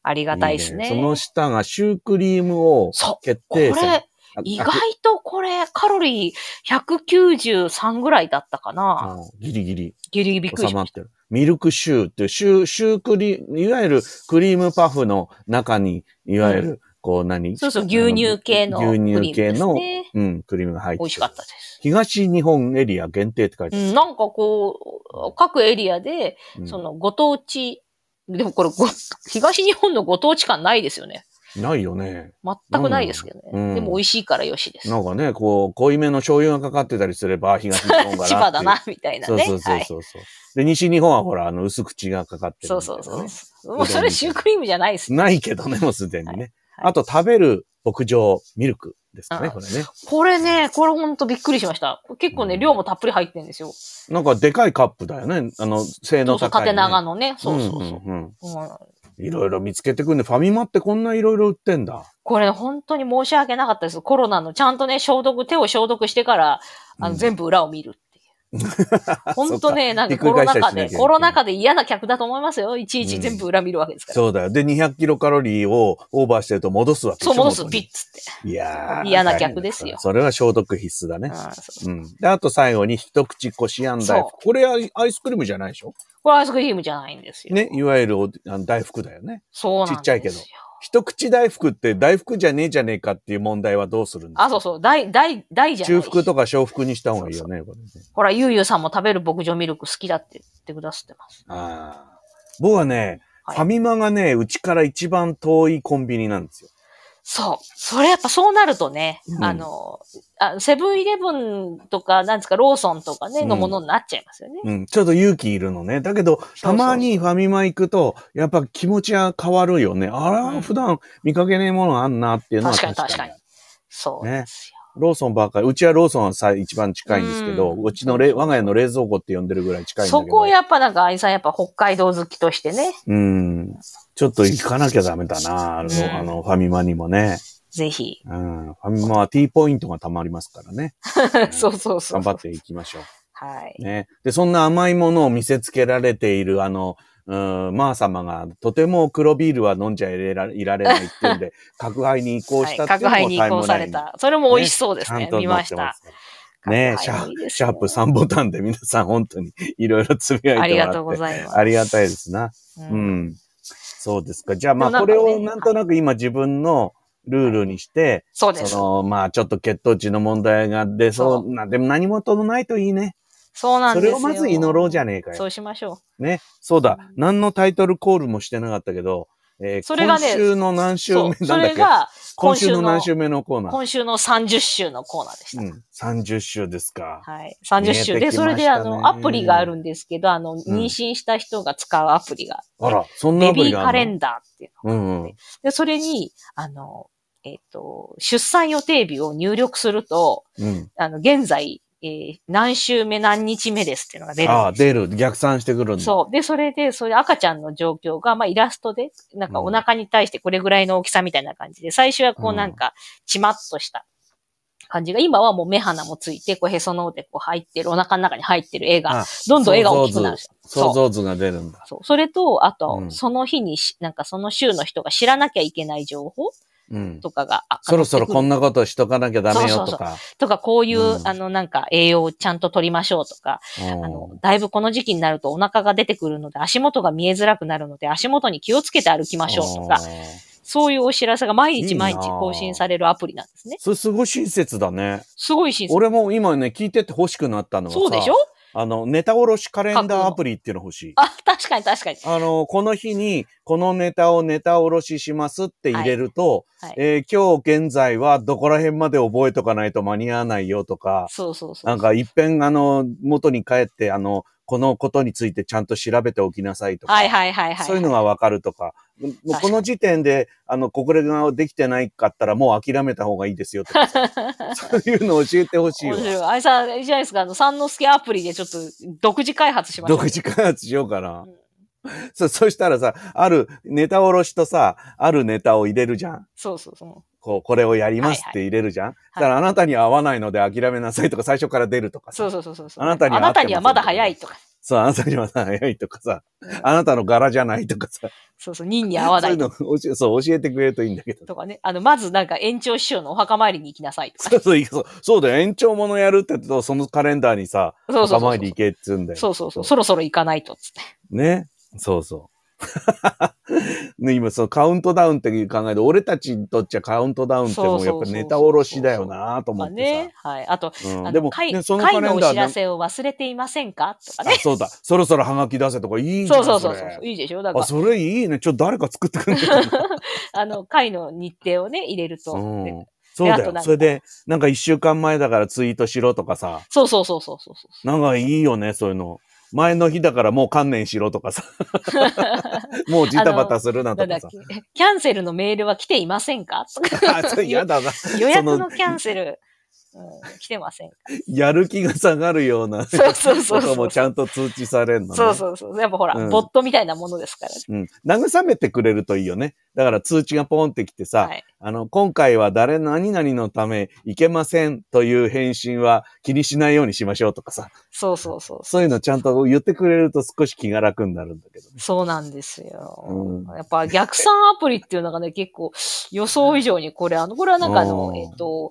ありがたいですね。
いいその下がシュークリームを
そ
決
こ
定戦
れ、。意外とこれ、カロリー193ぐらいだったかな。
あギリギリ
ギリギリびっくり
収
し
ま
ま
っ
して
る。ミルクシューっていう、シュー、シュークリー、いわゆるクリームパフの中に、いわゆる、こう何、
た。そうそう、牛乳系のク
牛
リーム
乳系
です
の、
ね。
うん、クリームが入ってる
美味しかったです。
東日本エリア限定って書いて
う
ある。
ん、なんかこう、各エリアで、
うん
そのご当地、でもこれご、東日本のご当地感ないですよね。
ないよね。
全くないですけどね。
うん
でも美味しいからよしです。
なんかね、こう、濃いめの醤油がかかってたりすれば、東日
(laughs)
本が。
千葉だな。、みたいな
そう
ね。
そう
は
そう
い
そうそう。で、西日本はほら、あの、薄口がかかってる、
そうそうそう。
ん
もうそれシュークリームじゃないですね。
ないけどね、もうすでにね。
はい
あと、食べる牧場、ミルクですかね、
うん
これね。
これね、これほんとびっくりしました。結構
う
ね、
ん
量もたっぷり入ってるんですよ。
なんか、でかいカップだよね。あの、性
そ
の
うそう、
高い、ね。
縦長のね。そうそう
う
そ
んうんうん
う。うん
いろいろ見つけてくんで、ファミマってこんないろいろ売ってんだ。
これ本当に申し訳なかったです。コロナのちゃんとね、消毒、手を消毒してから、あ
う
の、
ん
全部裏を見るっていう。
(laughs)
本当ね、なんか
ひっ
コ
くり
ロナ
返したりしな
禍で、
きゃ
コロナ禍で嫌な客だと思いますよ。いちいち
うん
全部裏見るわけですから。
そうだよ。で、200キロカロリーをオーバーしてると戻すわけ
そう、戻す、
元
ピ
に
ッつって。
いやー
嫌な客ですよ
それは消毒必須だね
うん。そう
うん。で、あと最後に一口こしあん大福
そ。
これアイアイスクリームじゃないでしょ
これアイスクリームじゃないんですよ。
ね。いわゆるおあの大福だよね。
そうなんですよ。
ちっちゃいけど一口大福って大福じゃねえじゃねえかっていう問題はどうするんですか
あ、そうそう、大、大、大じゃな
中
い。
腹とか小腹にした方がいいよね。これね
ほら、ゆうゆうさんも食べる牧場ミルク好きだって言ってくださってます。
ああ。僕はね、
はい
ファミマがね、うちから一番遠いコンビニなんですよ。
そう。それやっぱそうなるとね、
うん
あの、あセブンイレブンとか、なんですか、ローソンとかね、のものになっちゃいますよね。
うん。ちょっと勇気いるのね。だけど、たまにファミマ行くと、やっぱ気持ちは変わるよね。あら、
うん
普段見かけねえものあんなっていうのは
確か
確
に
かに。
確かに。そうなんですよ。
ローソンばっかり。うちはローソンはさ一番近いんですけど、
う
うんちのれ我が家の冷蔵庫って呼んでるぐらい近いんだけど。
そこをやっぱなんか、愛さんやっぱ北海道好きとしてね、
うん。ちょっと行かなきゃダメだな、あの、
うん
あのファミマにもね。
ぜひ。
うん。ファミマは T ポイントがたまりますからね。
(laughs) そうそうそう。
頑張っていきましょう。
はい。
ね。で、そんな甘いものを見せつけられている、あの、うん、マー様が、とても黒ビールは飲んじゃいられいられないっていうんで、 (laughs) 宅配に移行
は
し
い、
たっていう
宅
のも
配に移行された。それも美味しそうで
ち
す
ゃ
ね。
んと
見
な
ま
って
した。
ますから。ね
宅
シ
配
ャ
いいですね
シャープ3ボタンで皆さん本当にいろいろつぶやいてもらっ
あ
て。
りがとうございます。
ありがたいですな。
う
うんん。そうですか。じゃあま
で
あこ
も
れ
なんかね
をなんとなく今自分のルールにして、
そうです。
そのまあちょっと血糖値の問題が出そ
そう
な、でも何事もないといいね。
そうなん
そ
で
れ
すよ。
をまず祈ろうじゃねえか
そ
よ。
うしましょ
ね。そうだ。何のタイトルコールもしてなかったけど、えー
それがね
今週の何
う。
週目
そ
なん
う。そ
だっ
れ
け
が、
今
今
週
週
の
の
何週目のコーナー。
今週の30週のコーナーでした。
うん。30週ですか。
はい。30週
見えて
で、
き
それ
ましたね
で、あの、アプリがあるんですけど、あの、妊娠した人が使うアプリが、
あら、そんな
ベ
アプ
ビ
リ
ー
が
カ
あ
レ
るの
ンダーっていうの。
うんうん。
で、それに、あの、えっ、と、出産予定日を入力すると、
うん。
あの、現在、えー何週目何日目ですっていうのが出るんですよ
ああ、出る。逆算してくるんだ。
そう。で、それで、それ赤ちゃんの状況が、まあ、イラストで、なんか
うん
お腹に対してこれぐらいの大きさみたいな感じで、最初はこ
う
うんなんか、ちまっとした感じが、今はもう目鼻もついて、こうへその緒でこう入ってる、お腹の中に入ってる絵が、
あ
どんどん絵が大きくなる。
想
そう。
像図が出るんだ。
そうそれと、あと、
うん
その日にし、なんかその週の人が知らなきゃいけない情報
うん。
とかが、あ
そろそろこん
な。
なことしとかなきゃダメよと
そう
か。
とか、こういう、
うん
あの、なんか栄養をちゃんと取りましょうとか、
うん
あの、だいぶこの時期になるとお腹が出てくるので、足元が見えづらくなるので、足元に気をつけて歩きましょうとか、。
うん
そういうお知らせが毎
いい
日
なあ
毎日更新されるアプリなんですね。
それすごい親切だね。
すごい新鮮。
俺も今ね、聞いてて欲しくなったのはさ
そうでしょ
あの、ネタおろしカレンダーアプリっていうの欲しい。
あ、確かに確かに。
あの、この日に、このネタをネタおろししますって入れると、
はいはい
えー今日現在はどこら辺まで覚えとかないと間に合わないよとか、
そうそうそう。
なんか一遍あの、元に帰って、あの、このことについてちゃんと調べておきなさいとか、
はいはいはいはい。
そういうのがわかるとか、もう
確かに
この時点で、あの、これができてないかったらもう諦めた方がいいですよとか
(laughs)
さ、そういうの教えてほしい
面
わ。
白い。あれさ、いいじゃないですか、あの、三之助アプリでちょっと独自開発しましょう。
独自開発しようかな
うん。
そ、そしたらさ、あるネタおろしとさ、あるネタを入れるじゃん。
そうそうそう。
こう、これをやりますって入れるじゃん。だからあなたには合わないので諦めなさいとか、最初から出るとか
そ
さ。
うそうそうそうそう。
あなたには
あなたにはまだ早いとか。
そう、あなたには早いとかさ、あなたの柄じゃないとかさ、
そうそう、人に合わ
そういう
ないとか
の教えそう教えてくれるといいんだけど。
とかね。あの、まずなんか延長師匠のお墓参りに行きなさいとか。
そうそう、そうそうだよ。延長ものやるって言うと、そのカレンダーにさ、
そうそうそうそう。
墓参り行けって言うんだよ。
そうそうそう。そろそろ行かないとっつって。
ね。そうそう。 (laughs) ね、今、そのカウントダウンっていう考えで、俺たちにとっちゃカウントダウンってもうやっぱネタおろしだよなと思
ま
っ
あ
て
ね。はい。あと、
さ。う
あ
ん、で
の
も、
会
ね、そのカレ
会
ンダ
の
ー
お知
な
らせを忘れていませんかとか
あ
ね。
そうだ。そろそろハガキ出せとかいいじゃ
(laughs) そ
ん。
うそうそう
れ
そう。いいでしょだか
あ、
ら、
それいいね。ちょっと誰か作ってくれないかな
あの、会の日程をね、入れると。
うん
で。
そうだ
であと
よ
なん。か
それで、なんか一週間前だからツイートしろとか
(laughs)
さ。
そうそうそうそうそうそう。
なんかいいよね、そういうの。前の日だからもう観念しろとか
(laughs)
さ。もうジタバタするな
な
と
んだっ
か
け
さ。
キャンセルのメイルは来ていませんかと
(laughs)
か。
あ、それ嫌だな。
予約
そ
のキャンセル。うん、来てま
(laughs)
せん。
やる気が下がるような
そうそうそ
こ
うそ
と
う。
もちゃんと通知されるのね。
そうそうそう。やっぱほら、
うん
ボットみたいなものですからね。
うん。慰めてくれるといいよね。だから通知がポンってきてさ、
はい。
あの、今回は誰何々のためいけませんという返信は気にしないようにしましょうとかさ、
そうそうそう。
そういうのちゃんと言ってくれると少し気が楽になるんだけどね。
そうなんですよ。
うん
やっぱ逆算アプリっていうのがね、結構予想以上にこれ、あの、これはなんかあ
う
の、
ん
えっと、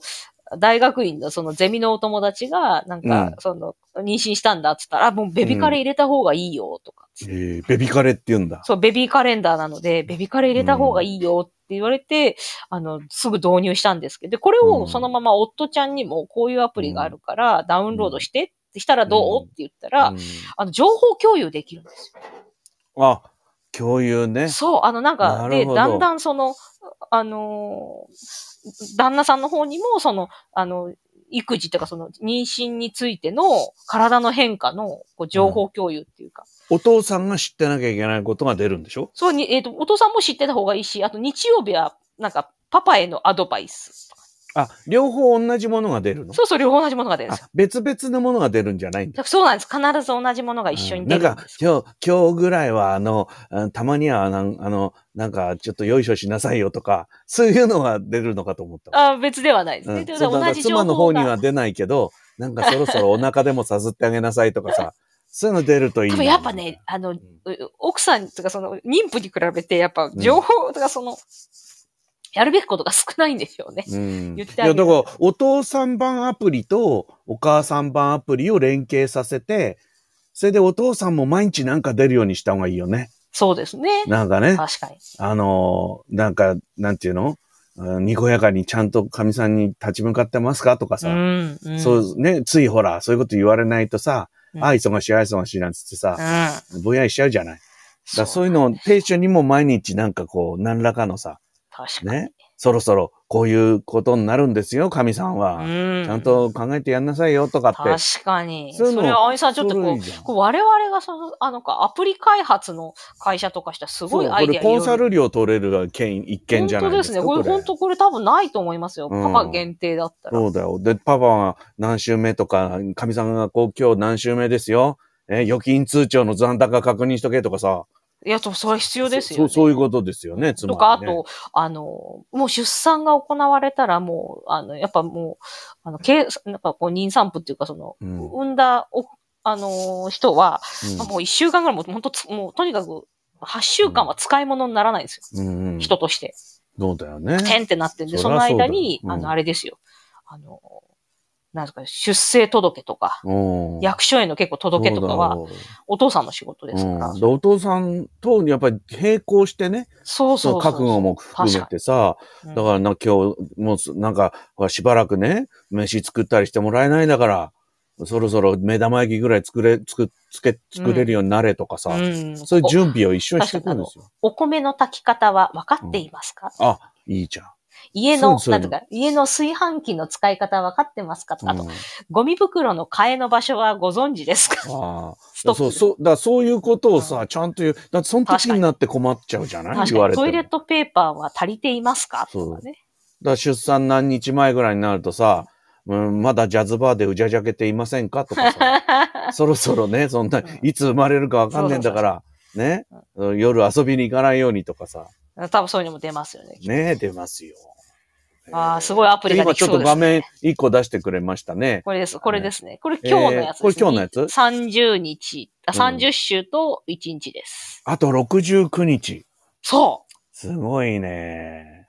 大学院のそのゼミのお友達が、なん
うん
か、その、妊娠したんだって言ったら、あもうベビカレー入れた方がいいよとか、
えーベビカレーって言うんだ。
そう、ベビーカレンダーなので、ベビーカレー入れた方がいいよって言われて、あの、すぐ導入したんですけど、で、これ
う
を
ん
そのまま夫ちゃんにもこういうアプリがあるから、ダウンロードしてってしたらど
う
う
ん
って言ったら、
うん
あの、情報共有できるんですよ
あ、共有ね。
そう、あの、なん
な
か、
る
で、
ほど
だんだんその、あのー旦那さんの方にも、その、あの、育児とか、その、妊娠についての体の変化のこう情報共有っていうか、
お父さんが知ってなきゃいけないことが出るんでしょ
そうに、えっ、と、お父さんも知ってた方がいいし、あと日曜日は、なんか、パパへのアドバイス。
あ、両方同じものが出るの
そうそう、両方同じものが出るんですよ。
あ、別々のものが出るんじゃないんだ。
だからそうなんです。必ず同じものが一緒に出
な
る
ん
ん
か
です。
今日、今日ぐらいはあの、あたまにはなんあの、なんかちょっとよいしょしなさいよとか、そういうのが出るのかと思った。
あ別ではないです
う
ね。
ん、
で
そうなん
同
か
じ
妻
情
の
報
方に
が。
は出ないけど、なんかそろそろお腹でもさすってあげなさいとか
(laughs)
さ、そういうの出るといい
多
な。
分やっぱね、あの、う奥さんとかその妊婦に比べてやっぱ情報とかその、やるべきことが少ないんですよね。
うん。
言っ
い
てあげ
や、
る
だから、お父さん版アプリとお母さん版アプリを連携させて、それでお父さんも毎日なんか出るようにした方がいいよね。
そうですね。
なんかね。
確かに。
あのーなんか、なんていうのうんにこやかにちゃんと神さんに立ち向かってますかとか
う
さ、
ん、うん。
そううね、ついほら、そういうこと言われないとさ、
うん
あ、忙しい、あ、忙しいなんつってさ、
ん。
ぼんやりしちゃうじゃない。だからそういうのを、ペーションにも毎日なんかこう、何らかのさ、
確かに。
ね、そろそろこういうことになるんですよ、神さんは。
うん。
ちゃん。と考えてやんなさいよとかって。
確かに。
そういうの
それは、葵さん、ちょっ
す
とこ
る
う
じゃん、
こう我々がその、あのか、アプリ開発の会社とかしたらすごい
そう
アイデア
これコンサ
いろ
ル
いろ
料取れる件、一件じゃないですか。
本当ですね。これ、本当これ多分ないと思いますよ。
うん
パパ限定だったら。
そうだよ。で、パパは何週目とか、神さんがこう今日何週目ですよ。え、預金通帳の残高確認しとけとかさ。
いや、とそれ必要ですよ、
そ
ね。
う、そういうことですよね、つまり、ね。
とか、あと、あの、もう出産が行われたら、もう、あの、やっぱもう、あの、けなんかこう、妊産婦っていうか、その、
うん、うん。
産んだお、あの、人は、もう一週間ぐらい、もう、本当つもう、とにかく、8週間は使い物にならないんですよ。
うんうん、
人として。
そうだよね。
てんってなってんで、
そ
そ
りゃ
の
そうだ
間に、
うん
あの、あれですよ。あの、なんですか、出生届とか、
うん。
役所への結構届けとかは、
そうだよ
お父さんの仕事ですから。
うんでお父さんとやっぱり並行してね、
そ
そ
うそうそうそう。
の覚悟も含めてさ、
うん。
だからな今日、もうすなんか、ほらしばらくね、飯作ったりしてもらえないんだから、そろそろ目玉焼きぐらい作れ、作、つけ、作れるようになれとかさ、
うん、
そういう準備を一緒にしていくんですよ。
お米の炊き方は分かっていますか、
あ、いいじゃん。
家の、
そうそう
ないん
うの
とか、家の炊飯器の使い方は分かってますかとか、あ
う
と
ん、
ゴミ袋の替えの場所はご存知ですか
あ
(laughs) ス
あ
ト
そう、
ップ。
そう、だからそういうことを
う
さ、ちゃんと言う。だってその時になって困っちゃうじゃない
確
言われて
かにト
も。
イレ
だ
ッ
か
トペーパーは足りていますかとかね。
ら出産何日前ぐらいになるとさ、うん、まだジャズバーでうじゃじゃけていませんかとかさ、
(laughs)
そろそろね、そんな
うん、
いつ生まれるかわかんねえんだから、ね、夜遊びに行かないようにとかさ、
(laughs) 多分そういうのも出ますよね。
ね、出ますよ。
ああ、すごいアプリが
今
でき
ち
そ
ょ
う
っ
です、
と
ね。
画面1個出してくれましたね。
これです、これですね。これ今日のやつ
えーこれ
です、ね
今日のやつ
30日、あ
うん
30週と1日です。
あと69日。
そ
すごいね。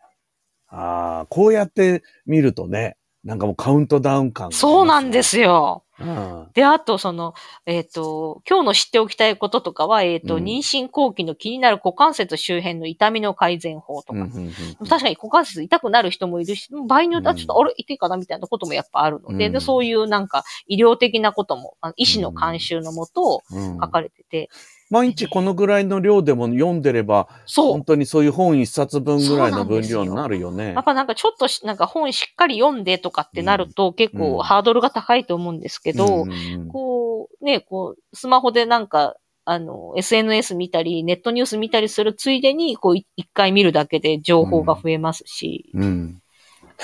ああ、こうやって見るとね、なんかもうカウントダウン感
う
が
そうなんで
よ。
すよ。
うん。
で、あと、その、えっ、と、今日の知っておきたいこととかは、えっ、と、
うん
妊娠後期の気になる股関節周辺の痛みの改善法と
うん
か。
うんうん
確かに股関節痛くなる人もいるし、場合によって
う
は
ん
ちょっと、あれ、痛いかなみたいなこともやっぱあるので、
うん
でそういうなんか医療的なことも、あの医師の監修のもと
うん
書かれてて、
毎日このぐらいの量でも読んでれば、
そう
本、当にそういう本一冊分ぐらいの分
そ
量
うなんで
になる
すよ
よね
やっ。ぱなんかちょっとし、なんか本しっかり読んでとかってなると、結
うん
構ハードルが高いと思うんですけど、
うんうんうん
こう、ね、こう、スマホでなんか、あの、SNS 見たり、ネットニュース見たりするついでに、こう、い一回見るだけで情報が増えますし、
うん。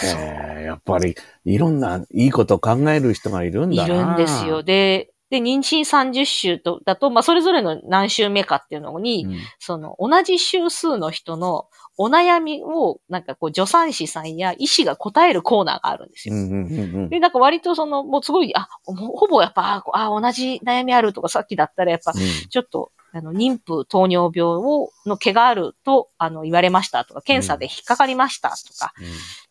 へえ、やっぱり、いろんな、いいこと考える人がいるん
い
だな。
るんですよ。。で、で、妊娠30週と、だと、まあ、それぞれの何週目かっていうのに、
うん、
その、同じ週数の人のお悩みを、なんかこう、助産師さんや医師が答えるコーナーがあるんです
う
よ。
んうんうん
で、なんか割とその、もうすごい、あ、もうほぼやっぱ、あこうあ、同じ悩みあるとか、さっきだったらやっぱ、ちょっと、あの、妊婦糖尿病を、の毛があると、あの、言われましたとか、検査で引っかかりましたとか、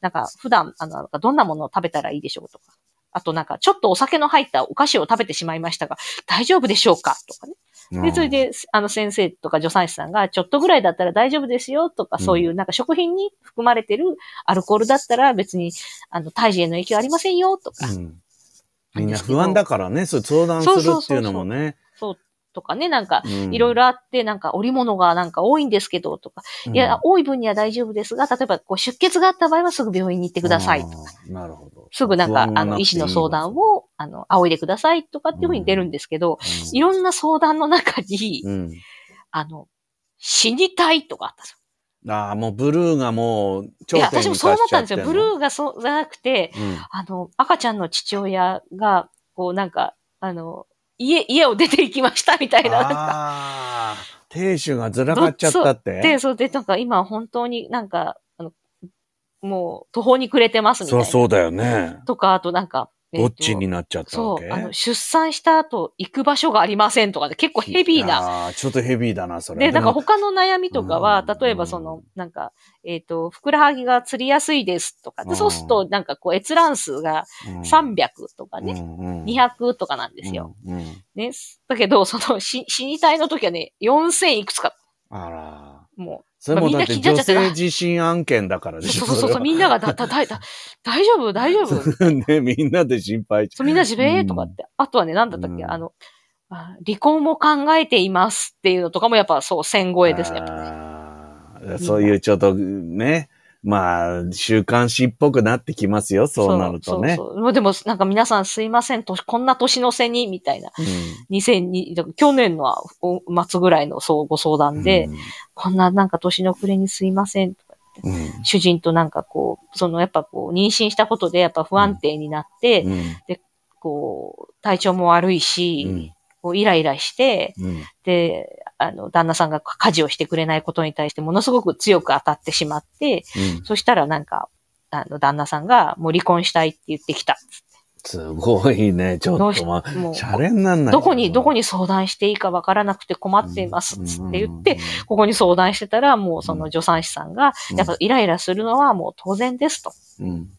なんか普段、あの、なんかどんなものを食べたらいいでしょうとか、あとなんかちょっとお酒の入ったお菓子を食べてしまいましたが、大丈夫でしょうかとかね。
うん
で、それ、で、あの先生とか助産師さんが、ちょっとぐらいだったら大丈夫ですよとか、
うん
そういうなんか食品に含まれてるアルコールだったら別に、あの、胎児への影響ありませんよと
う
か、
んみんな不安だからね、そう相談するっていうのもね。
そう、とかね、なんか、い
い
ろいろあって、なんか織物がなんか多いんですけど、とか、いや、多い分には大丈夫ですが、例えばこう出血があった場合はすぐ病院に行って
て
くださいとか。。
なるほど。
すぐなん
不
か、
安がな
あ
く
の、
ていい
医師の相談を、あの、仰いでくださいとかっていうふうに出るんですけど、いろんな相談の中に、
うん。
あの、死にたいとかあったんです
うんああ、もうブルーがもう頂
よ。
点
いや、
に達
私
し
も
ち
そう
ゃ
思った
っ
んです
てん
よ。
の
ブルーがそう、じゃなくて、
うん
(laughs) あの、赤ちゃんの父親が、こうなんか、あの、家、家を出て行きましたみたいな、なんか。
ああ、亭主がずらかっちゃったって。
(laughs) で、そうで、なんか今本当になんか、あの、もう途方に暮れてますみたい
そ
な。
うそうだよね。
とか、あとなんか、えー
ど
と
っちになっちゃった
そ
わけ
う、あの、出産した後、行く場所がありませんとかで、結構ヘビーな。
な。あーちょっとヘビーだな、それ。
で、なん
も
か他の悩みとかは、
うん
例えばその、なんか、えっ、と、ふくらはぎが釣りやすいですとか、
う
で、
ん
そうすると、なんかこう、閲覧数が300とかね、
ね
200とかなんですよ。。
うんうん
ね。だけど、その、し死に体の時はね、4000いくつか、
あら。
も
それもだって
まあみんな聞いちゃっ
女
ちゃって
性自身案件だから
う、
でしょ。
そうそうそうそう、みんながだ、だ、だ、だ、大丈夫、大丈夫。
(laughs) それはね、みんなで心配し
そう、みんな自べーとかって。あとはね、なんだったっけ、
うん
あの、あ離婚も考えていますっていうのとかも、やっぱそう、1000超えですね。やっぱね
あーそういうちょっとね、まあ、週刊誌っぽくなってきますよ、そうなるとね
そ。うそうそうでも、なんか皆さんすいません、年こんな年の瀬に、みたいな。2002だから去年のお末ぐらいのそうご相
う
談
ん
で、、こんななんか年の暮れにすいませんとか、
うん
主人となんかこう、そのやっぱこう、妊娠したことでやっぱ不安定になって、
うん
こう、体調も悪いし、
うん
こうイライラして、
うん
で、あの、旦那さんが家事をしてくれないことに対してものすごく強く当たってしまって、
うん
そしたらなんか、あの、旦那さんがもう離婚したいって言ってきた。
すごいね、ちょ
どう
っ
し
とまあ、
もう
シャレになんない。
どこに、どこ
に
に相談していいかわからなくて困っていますっつって言って、、ここに相談してたら、もうその助産師さんが、
うん
やっぱイライラするのはもう当然ですと。
うんうん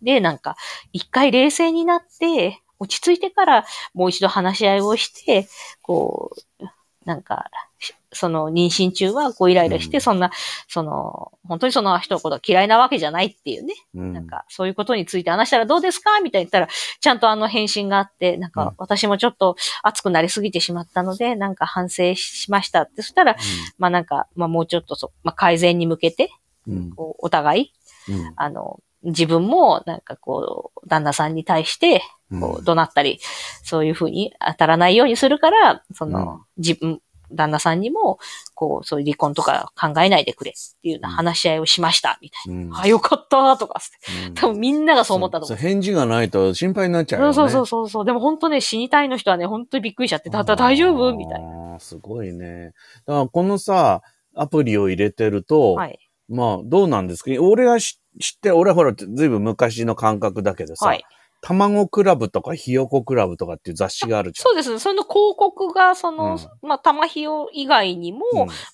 で、なんか、一回冷静になって、落ち着いてからもう一度話し合いをして、こう、なんか、しその妊娠中はこうイライラし
う
て、
ん
そんな、その、本当にその人のことが嫌いなわけじゃないっていうね、
うん
なんか、そういうことについて話したらどうですかみたいに言ったら、ちゃんとあの返信があって、な
うん
んか、私もちょっと熱くなりすぎてしまったので、なんか反省しましたって。そしたら、まあなんか、まあもうちょっとそう、まあ改善に向けて、
うん
こうお互い、
うん
あの、自分も、なんかこう、旦那さんに対して、
うん
こう、怒鳴ったり、そういうふうに当たらないようにするから、その、自分、旦那さんにも、こう、そういう離婚とか考えないでくれっていうような話し合いをしました、みたい
うん
な。あ、よかった、とかっつって、
うん
多分みんながそう思ったと思う
そ。返事がないと心配になっちゃうよ
そう
ね。
そうそうそうそう。でも本当ね、死にたいの人はね、本当にびっくりしちゃって、だ、だ、大丈夫みたいな。
な。すごいね。だからこのさ、アプリを入れてると、
はい。
まあどうなんですか俺は知知って、俺はほら、ずいぶん昔の感覚だけどさ、
はい。
卵クラブとかひよこクラブとかっていう雑誌があるじゃん。
そうですね。その広告が、その、
う
まあ、玉ひよ以外にも、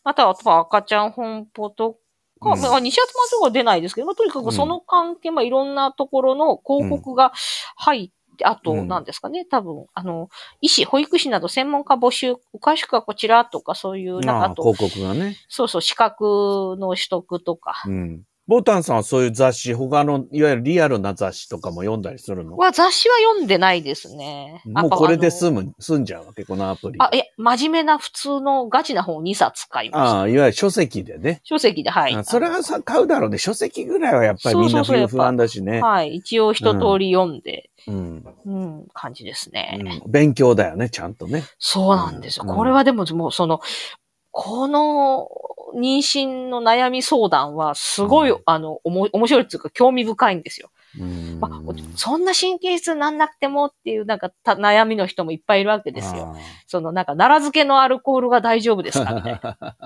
または、赤ちゃん本舗とか、
うん
まあ、西東町は出ないですけど、まあ、とにか
うん
くその関係、まあ、いろんなところの広告が入って、あと、
うん
なんですかね、多分、あの、医師、保育士など専門家募集、おかしくはこちらとか、そういう、
うん
なんか
あ
あ
あ
と、
広告がね。
そうそう、資格の取得とか、
うん。ボタンさんはそういう雑誌、他の、いわゆるリアルな雑誌とかも読んだりするの
は雑誌は読んでないですね。
もうこれで済
む
む、済んじゃうわけ、このアプリ。
あ、え、真面目な普通のガチな本を2冊買いました。
ああ、いわゆる書籍でね。
書籍で、はい。
あそれはさ、買うだろうね。書籍ぐらいはやっぱり
そう
みん
そ
な
うそうやっぱ
不安だしね。
はい。一応一通り読んで、
うん。
うん、感じですね。
うん勉強だよね、ちゃんとね。
そうなんですよ。
うん
これはでも、もうその、この妊娠の悩み相談は、すごい、
うん
あの、おも、面白いっていうか、興味深いんですよ。
うん
まあ、そんな神経質になんなくてもっていう、なんかた、悩みの人もいっぱいいるわけですよ。
あー
その、なんか、奈良漬けのアルコールが大丈夫ですかみたいな。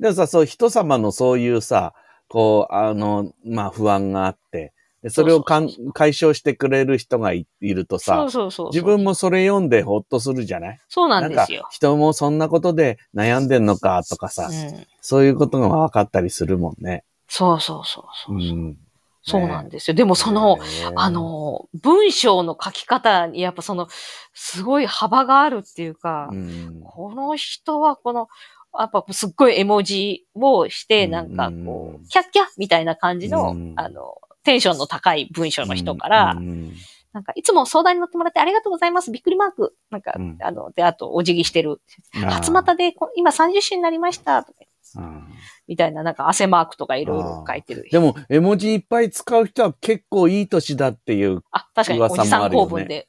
でもさ、そう、人様のそういうさ、こう、あの、まあ、不安があって、でそれをかん
そう
解消してくれる人がいいると
そ
(laughs) さ
う、そうそうそう。
自分もそれ読んでほっとするじゃない
そうなんです
か
よ。
人もそんなことで悩んでんのかとかさ、
うん。
そういうことが分かったりするもんね。
そうそうそうそうう。
ん。
そうなんですよ。でも、その、
へー
あ、の、文章の書き方にやっぱその、すごい幅があるっていうか、
うん
この人はこの、やっぱすっごい絵文字をして、なんかこ
うん
う、キャッキャッみたいな感じの、
うん
あの、テンションの高い文章の人から、
うん
なんかいつも相談に乗ってもらってありがとうございます、びっくりマーク、なんか、
うん
あの、で、あと、お辞儀してる、
うん
初股でこ今30種になりました、とか
うん
みたいな、なんか汗マークとかいろいろ書いてる。
でも、絵文字いっぱい使う人は結構いい年だっていう、
あ、確かにおじさん公文で。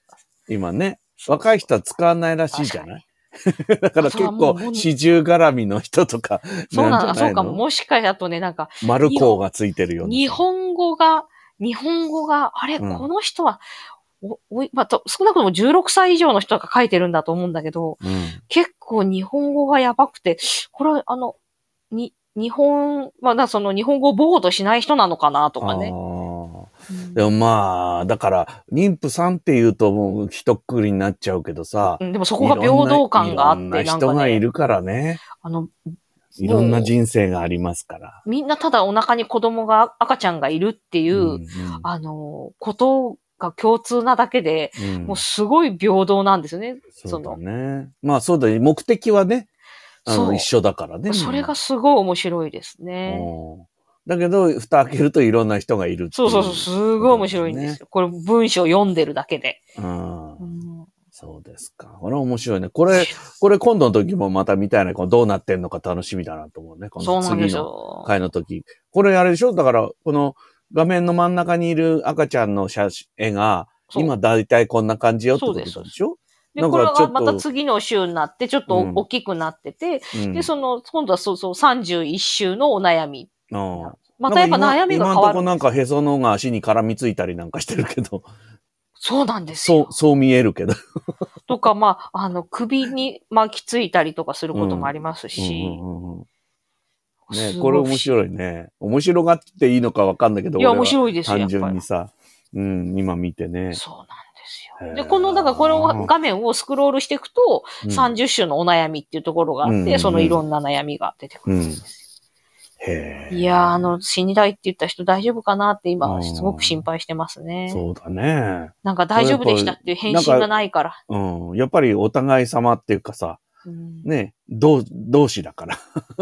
今ね。若い人は使わないらしいじゃない (laughs) だから
あ
結
そうもう
構、四十絡みの人とか、
そうなん
な
だ、
んじゃ
そ
な
う
い
か
の
も。もしかしたとね、なんか、
丸こうがついてるような。
日本語が、日本語が、あれ、
うん
この人は、おおいまあ、と少なくとも16歳以上の人が書いてるんだと思うんだけど、
うん
結構日本語がやばくて、これは、あの、に、日本、まあ、だその日本語をボードしない人なのかなとか
あ
ね。
ー
うん
でもまあ、だから、妊婦さんって言うともう一括りになっちゃうけどさ、
うんでもそこが平等感があって、
いろんな
な
ん人
か
がい
ね、
るからね。
あの、
いろんな人生がありますから。
みんなただお腹に子供が、赤ちゃんがいるっていう、
うん
あの、ことが共通なだけで、
うん
もうすごい平等なんですよね。
そうだね。まあそうだね。目的はね、あ
そ
の
う
一緒だからね。
それがすごい面白いですね。
うんだけど、蓋開けるといろんな人がいるってい
そうそうそう、すごい面白いんですよ。これ文章読んでるだけで。
うん
うん
そうですか。これ面白いね。これ、これ今度の時もまた見たいね。このどうなってんのか楽しみだなと思うね。こ
そ
の
うなんで
次
す
の
よ。
回の時。これあれでしょだから、この画面の真ん中にいる赤ちゃんの写真絵が、
そう
今だいたいこんな感じよってことで
そうで
しょ
で、
なんか
これ
ちょ
が
っと
また次の週になって、ちょっと
うん
大きくなってて、
うん
で、その、今度はそうそう、31週のお悩み。
うん
またやっぱ悩みが
今
変わ
んとこ
る。
なんかへその緒が足に絡みついたりなんかしてるけ
(laughs)
ど、
そうなんです
そう
よ、。
そう見えるけど。
とか、まあ、あの、首に巻きついたりとかすることもあります
う
(laughs) し
ん。うんうんうん
す
ね、こ
ご
れ
い不思
面
議
白いね。面白がっていいのかわかんないけど、
いや、
俺は
面白いですよ。
単
やっぱ
純
り
にさ、うん、今見てね。
そうなんです
へー
よ。で、この、だからこの画面をスクロールしていくと、
うん
30種のお悩みっていうところがあって、
うんうんうん
そのいろんな悩みが出てくるんです
へ
よ、
え
いやー、あの、死にたいって言った人大丈夫かなって
う
今、
ん
すごく心配してますね。
そうだね。
なんか大丈夫でしたっていう返信がないから。
うん。やっぱりお互い様っていうかさ、
うん
ね、同同士だから。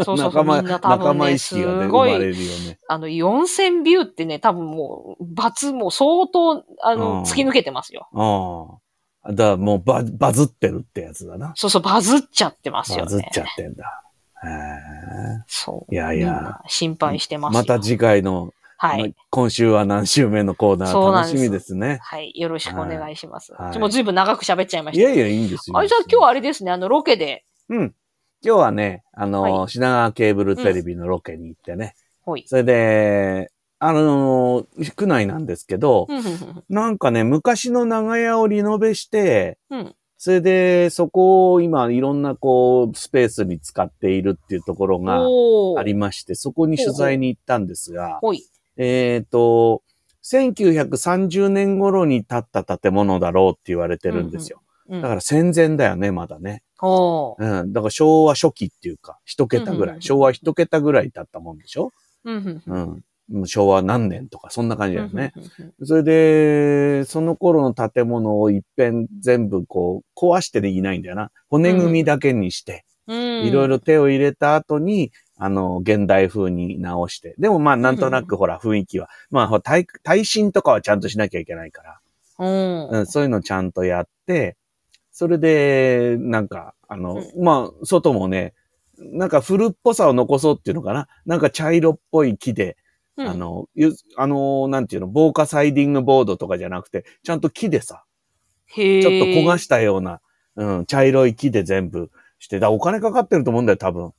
そうそうそ
仲
う、み
間、
んな多
仲
分
間
ね、
意識
す
がね、生
ご
まれ
い、
るよね。
あの、4000ビューってね、多分もう、罰も相当、あ
うん
の、突き抜けてますよ。
うん。だからもうババズってるってやつだな。
そうそう、バズっちゃってますよ
バズっ
ね。
ちゃってんだ。へ
そう。
えいやい
みん
や、
な心配してますよ。
また次回の、
は
ま
い。
今週は何週目のコーナ
そ
ー
うなん
楽
で
し
す
みですね。
はい。よろしくお願いします。
はいはい
もうずいぶん長く喋っちゃいま
い
した。
やいや、いいんですよ。
あれじゃあ今日はあれですね、あの、ロケで、
うん。今日はね、あのー
は
品川ケーブルテレビのロケに行ってね。
ほい。
それで、あのー区内なんですけど、
うんうんうん
なんかね、昔の長屋をリノベして、
うん
それで、そこを今、いろんなこう、スペースに使っているっていうところが
お
あり
ー。
まして、そこに取材に行ったんですが、
ほい。
えっ、と、1930年頃に建った建物だろうって言われてるんですよ。
うん
だから戦前だよね、まだね。
おー。
うん。だから昭和初期っていうか、一桁ぐらい、
うんうんうん
昭和一桁ぐらいだったもんでしょ
うんうん
う
うん
ん。もう昭和何年とか、そんな感じだよね。
うんうんうんうん
それで、その頃の建物を一遍全部こう、壊してでいないんだよな。骨組みだけにして、
うん。
いろいろ手を入れた後に、あの、現代風に直して。でもまあ、なんとな
うんうんう
くほら、雰囲気は。まあほら、耐耐震とかはちゃんとしなきゃいけないから。
うん。
うん、そういうのちゃんとやって、それで、なんか、あの、まあ、外もね、なんか古っぽさを残そうっていうのかななんか茶色っぽい木で、
うん
あ、の、ゆあの、なんていうの、防火サイディングボードとかじゃなくて、ちゃんと木でさ、
ち
ちょっと焦がしたような、うん、茶色い木で全部して、だからお金かかってると思うんだよ、多分。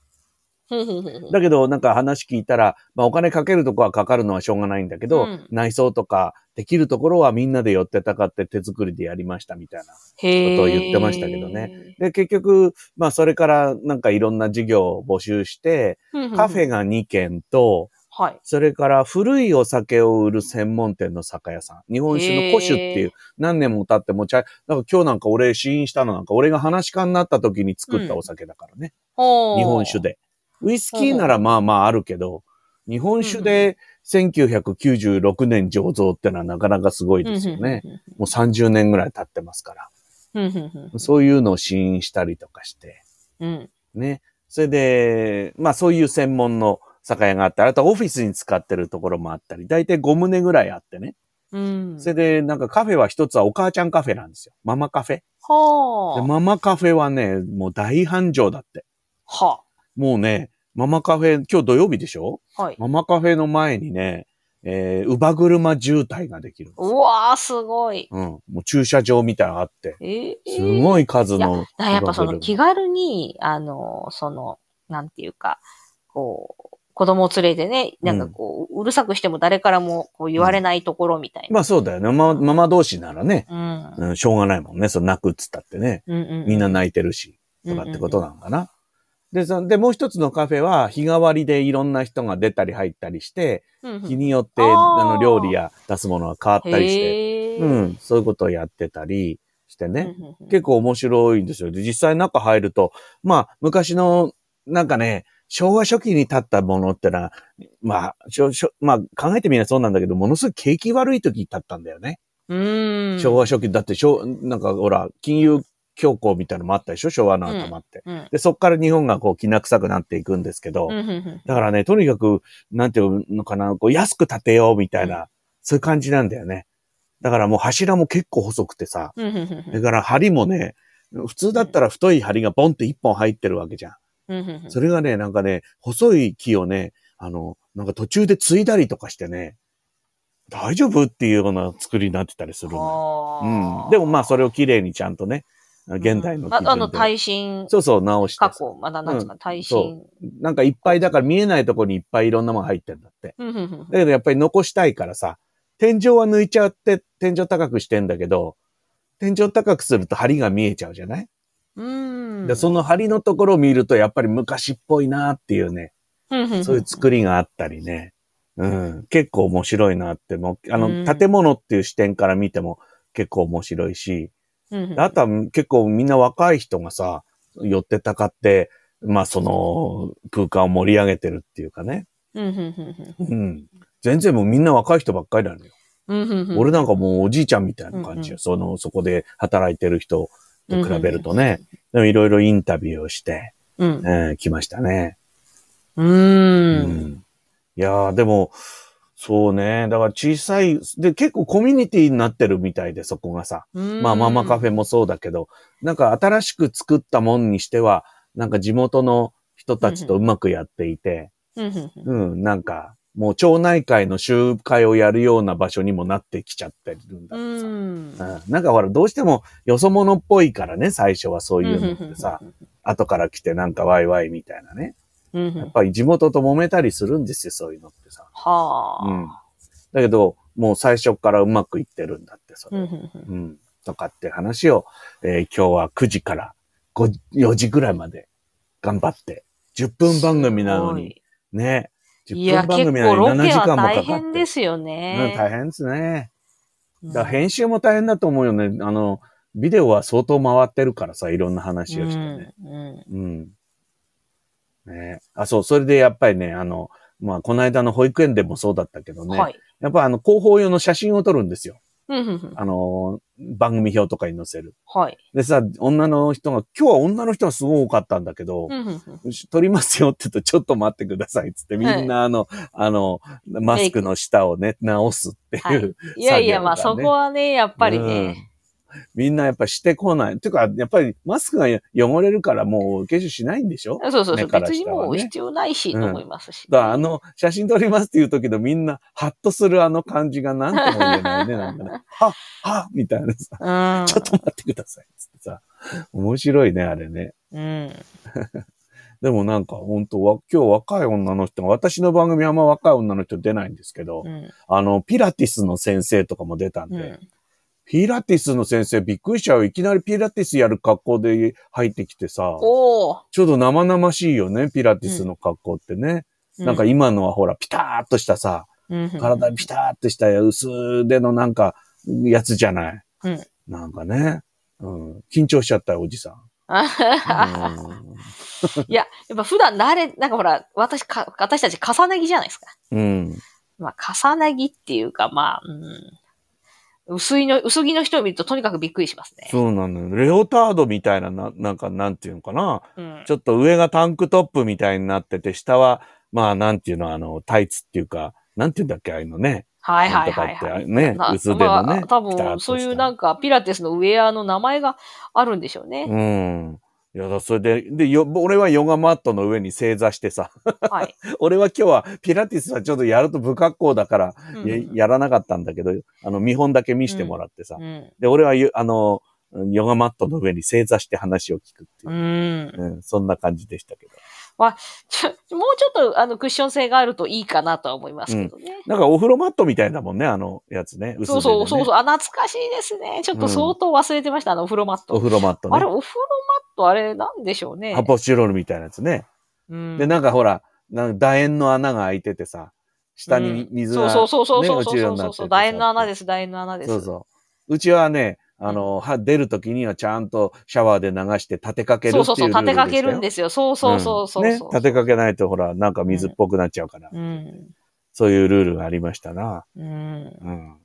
ふんふんふんふん
だけど、なんか話聞いたら、まあお金かけるとこはかかるのはしょうがないんだけど、
うん
内装とかできるところはみんなで寄ってたかって手作りでやりましたみたいな。
へ
こ
ー
とを言ってましたけどね。で、結局、まあそれからなんかいろんな事業を募集して、
ふんふんふん
カフェ。が2軒と、
はい。
それから古いお酒を売る専門店の酒屋さん。日本酒の古酒ってい
へ
う
ー、
何年も経ってもちゃ、なんか今日なんか俺試飲したのなんか俺が話し家になった時に作ったお酒だからね。
ほう
日本酒。で。ウイスキーならまあまああるけど、日本酒で1996年醸造ってのはなかなかすごいですよね。もう30年ぐらい経ってますから。
ふんふんふんふん。ふんふんふん
そういうのを試飲したりとかして、
うん。
ね。それで、まあそういう専門の酒屋があったり、あとオフィスに使ってるところもあったり、だいたい5棟ぐらいあってね。
うん。
それで、なんかカフェは一つはお母ちゃんカフェなんですよ。ママカフェ。で
はあ。
ママカフェはね、もう大繁盛だって。
は
もうね、ママカフェ、今日土曜日でしょ
あ。はい。
ママカフェの前にね、えー、乳母車渋滞ができる。
うわー、すごい。
うん。もう駐車場みたいなのがあって、
ええ。
すごい数の。
だからやっぱその
乳母
気軽に、あの、その、なんていうか、こう、子供を連れてね、なんかこう、うるさくしても誰からもこう言われないところみたい
車まあそうだよね。ママママ同士ならね、
な。うん。
うん、しょうがないもんね。その泣くっつったってね。
うんうん。
みんな泣いてるし、とかってことなのかな。で、そで、もう一つのカフェは日替わりでいろんな人が出たり入ったりして、
うんうん。
日によって、
あー
あの、料理や出すものが変わったりして、
へー
う
うん
ん、そういうことをやってたりしてね。
うんうん。
結構面白いんですよ。で、実際中入ると、まあ、昔の、なんかね、昭和初期に建ったものってのは、まあ、しょしょまあ、考えてみればそうなんだけど、ものすごい景気悪い時に建ったんだよね。
うん。
昭和初期、だって、昭なんかほら、金融恐慌みたいなのもあったでしょ昭和の頭って。
うん。
で、そっから日本がこう、きな臭くなっていくんですけど、
うんうんうん
だからね、とにかく、なんていうのかな、こう、安く建てようみたいな、そういう感じなんだよね。だからもう柱も結構細くてさ、
うんうんうん
それから針もね、普通だったら太い針がボンって一本入ってるわけじゃん。
うんうんうん
それがね、なんかね、細い木をね、あの、なんか途中で継いだりとかしてね、大丈夫っていうような作りになってたりするのよ。
あ
う
ー
ん。でもまあそれを綺麗にちゃんとね、現代の基準で
ああの、耐震。
そうそう、直して
過
さ。
去、まだなんですか、耐
そ
震。
なんかいっぱい、だから見えないとこにいっぱいいろんなもの入ってんだって。
うんうんうん
だけどやっぱり残したいからさ、天井は抜いちゃって、天井高くしてんだけど、天井高くすると針が見えちゃうじゃない
うん。
で、その梁のところを見ると、やっぱり昔っぽいなっていうね、
の
そういう作りがあったりね。うん、結構面白いなって、もう、あ
う
の、
ん
建物っていう視点から見ても結構面白いし、
り
あとは結構みんな若い人がさ、寄ってたかって、まあその空間を盛り上げてるっていうかね。
うんうんうん
うん。全然もうみんな若い人ばっかりなのよ。
うんうんうんうん
俺なんかもうおじいちゃんみたいな感じよ。
うんう
その、そこで働いてる人と比べるとね。でもいろいろインタビューをして、
うん。
えー来ましたね。
う。
うんいやー、でも、そうね。だから小さい、で、結構コミュニティになってるみたいで、そこがさ。まあ、ママカフ
ェ。
ェもそうだけど、なんか新しく作ったもんにしては、なんか地元の人たちとうまくやっていて、
うんうんうん
うん、なんか、もう町内会の集会をやるような場所にもなってきちゃってるんだ
う
ってさ。う
ん。
ん、なんかほら、どうしてもよそ者っぽいからね、最初はそううんい
うん
うのってさ、後から来てなんかワイワイみたいなね。
うんう
やっ
ん。
ぱり地元と揉めたりするんですよ、そういうのってさ。う
はあ。
ん。だけど、もう最初からうまくいってるんだって、それ。
う
うん。
うんん
とかって話を、えー今日は9時から5 4時ぐらいまで頑張って、10分番組なのに、ね。
すごいいや、
10分番
結
組な
構
の
ロ
に7
ケ
時
は
間もかかっ
大
て。
変ですよね
うん。大変ですね。
変
だから編集も大変だと思うよね。あの、ビデオは相当回ってるからさ、いろんな話をしてね。
うん。
うん。ねあ、そう、それでやっぱりね、あの、まあ、この間の保育園でもそうだったけど
うん
ね、
はい。
やっぱあの、広報用の写真を撮るんですよ。
うんうんうん
あの、番組表とかに載せる。
はい。
でさ、女の人が、今日は女の人がすごい多かったんだけど、
うんうんうん
撮りますよって言うと、ちょっと待ってくださいっつって、みんなあの、あの、マスクの下をね、直すっていう、
はいいやいや、まあ
作業
そ
がね
こはね、やっぱり
うん
ね。
みんなやっぱしてこない。てか、やっぱりマスクが汚れるからもう化粧しないんでしょ
そうそうそ
目
う。
から
別にも
下は
う
ね
必要ないし、と思いますし。
だからあの、写真撮りますっていう時のみんな、ハッとするあの感じがなんとも言え
(laughs)
ないね、なんかね。はっ、はっみたいなさ、
うん。
ちょっと待ってください、つってさ。面白いね、あれね。
うん。
でもなんか本当は、今日若い女の人が、私の番組あんま若い女の人出ないんですけど、
うん。
あの、ピラティスの先生とかも出たんで、
うん。
ピラティスの先生びっくりしちゃうよ。いきなりピラティスやる格好で入ってきてさ、
おー。
ちょうど生々しいよね、ピラティスの格好ってね。なんか今のはほら、ピターっとしたさ、
うん、 (laughs)
体にピターってした薄手のなんか、やつじゃない。
うん
なんかね、うん、緊張しちゃったよ、おじさん。
(laughs) いや、やっぱ普段慣れ、なんかほら、私か、私たち重ね着じゃないですか。
うん。
まあ、重ね着っていうか、まあ、うん、薄いの、薄着の人を見るととにかくびっくりしますね。
そうなのよ。レオタードみたいな、ななんか、なんていうのかな。
うん
ちょっと上がタンクトップみたいになってて、下は、まあ、なんていうの、あの、タイツっていうか、なんていうんだっけ、ああいうのね。
はいはいはい、
なんとか
は
っ
い。
てね、
な
薄手の
ま
ね
あ、。多
ピタッと
分、
した
そういうなんか、ピラティスのウェアの名前があるんでしょうね。
うん。いやだ、それで、で、よ、俺はヨガマットの上に正座してさ、 (laughs)
はい。
俺は今日はピラティスはちょっとやると不格好だから、
うん
ややらなかったんだけど、あの、見本だけ見してもらってさ、
うん。
で、俺はゆ、あの、ヨガマットの上に正座して話を聞くっていうう、
ん。
うんそんな感じでしたけど。
ちょもうちょっと、あの、クッション性があるといいかなとは思いますけどね。
なんかお風呂マットみたいだもんね、あのやつね。薄手
そ
で
う
ね
そうそうそう。あ、懐かしいですね。ちょっと相当忘れてました、あの、お風呂マット。
お風呂マット
あれ、
ね。
お風呂マット、あれ、なんでしょうね。
ハポチロールみたいなやつね。
うん
で、なんかほら、なんか楕円の穴が開いててさ、下に水が、ね
そうそうそうそう
落
そ
ちるよう
う
に
そ
なっ
う
ててさ
そう。楕円の穴です、楕円の穴です。
そうそう。うちはね、あの、は出るときにはちゃんとシャワーで流して立てかけるってい
そううそうそう、立てかけるん
で
ですよ。そうそうそうそう。
ね。立てかけないとほら、なんか水っぽくなっちゃうから。
うん。
そういうルールがありましたな。
うん。
うん。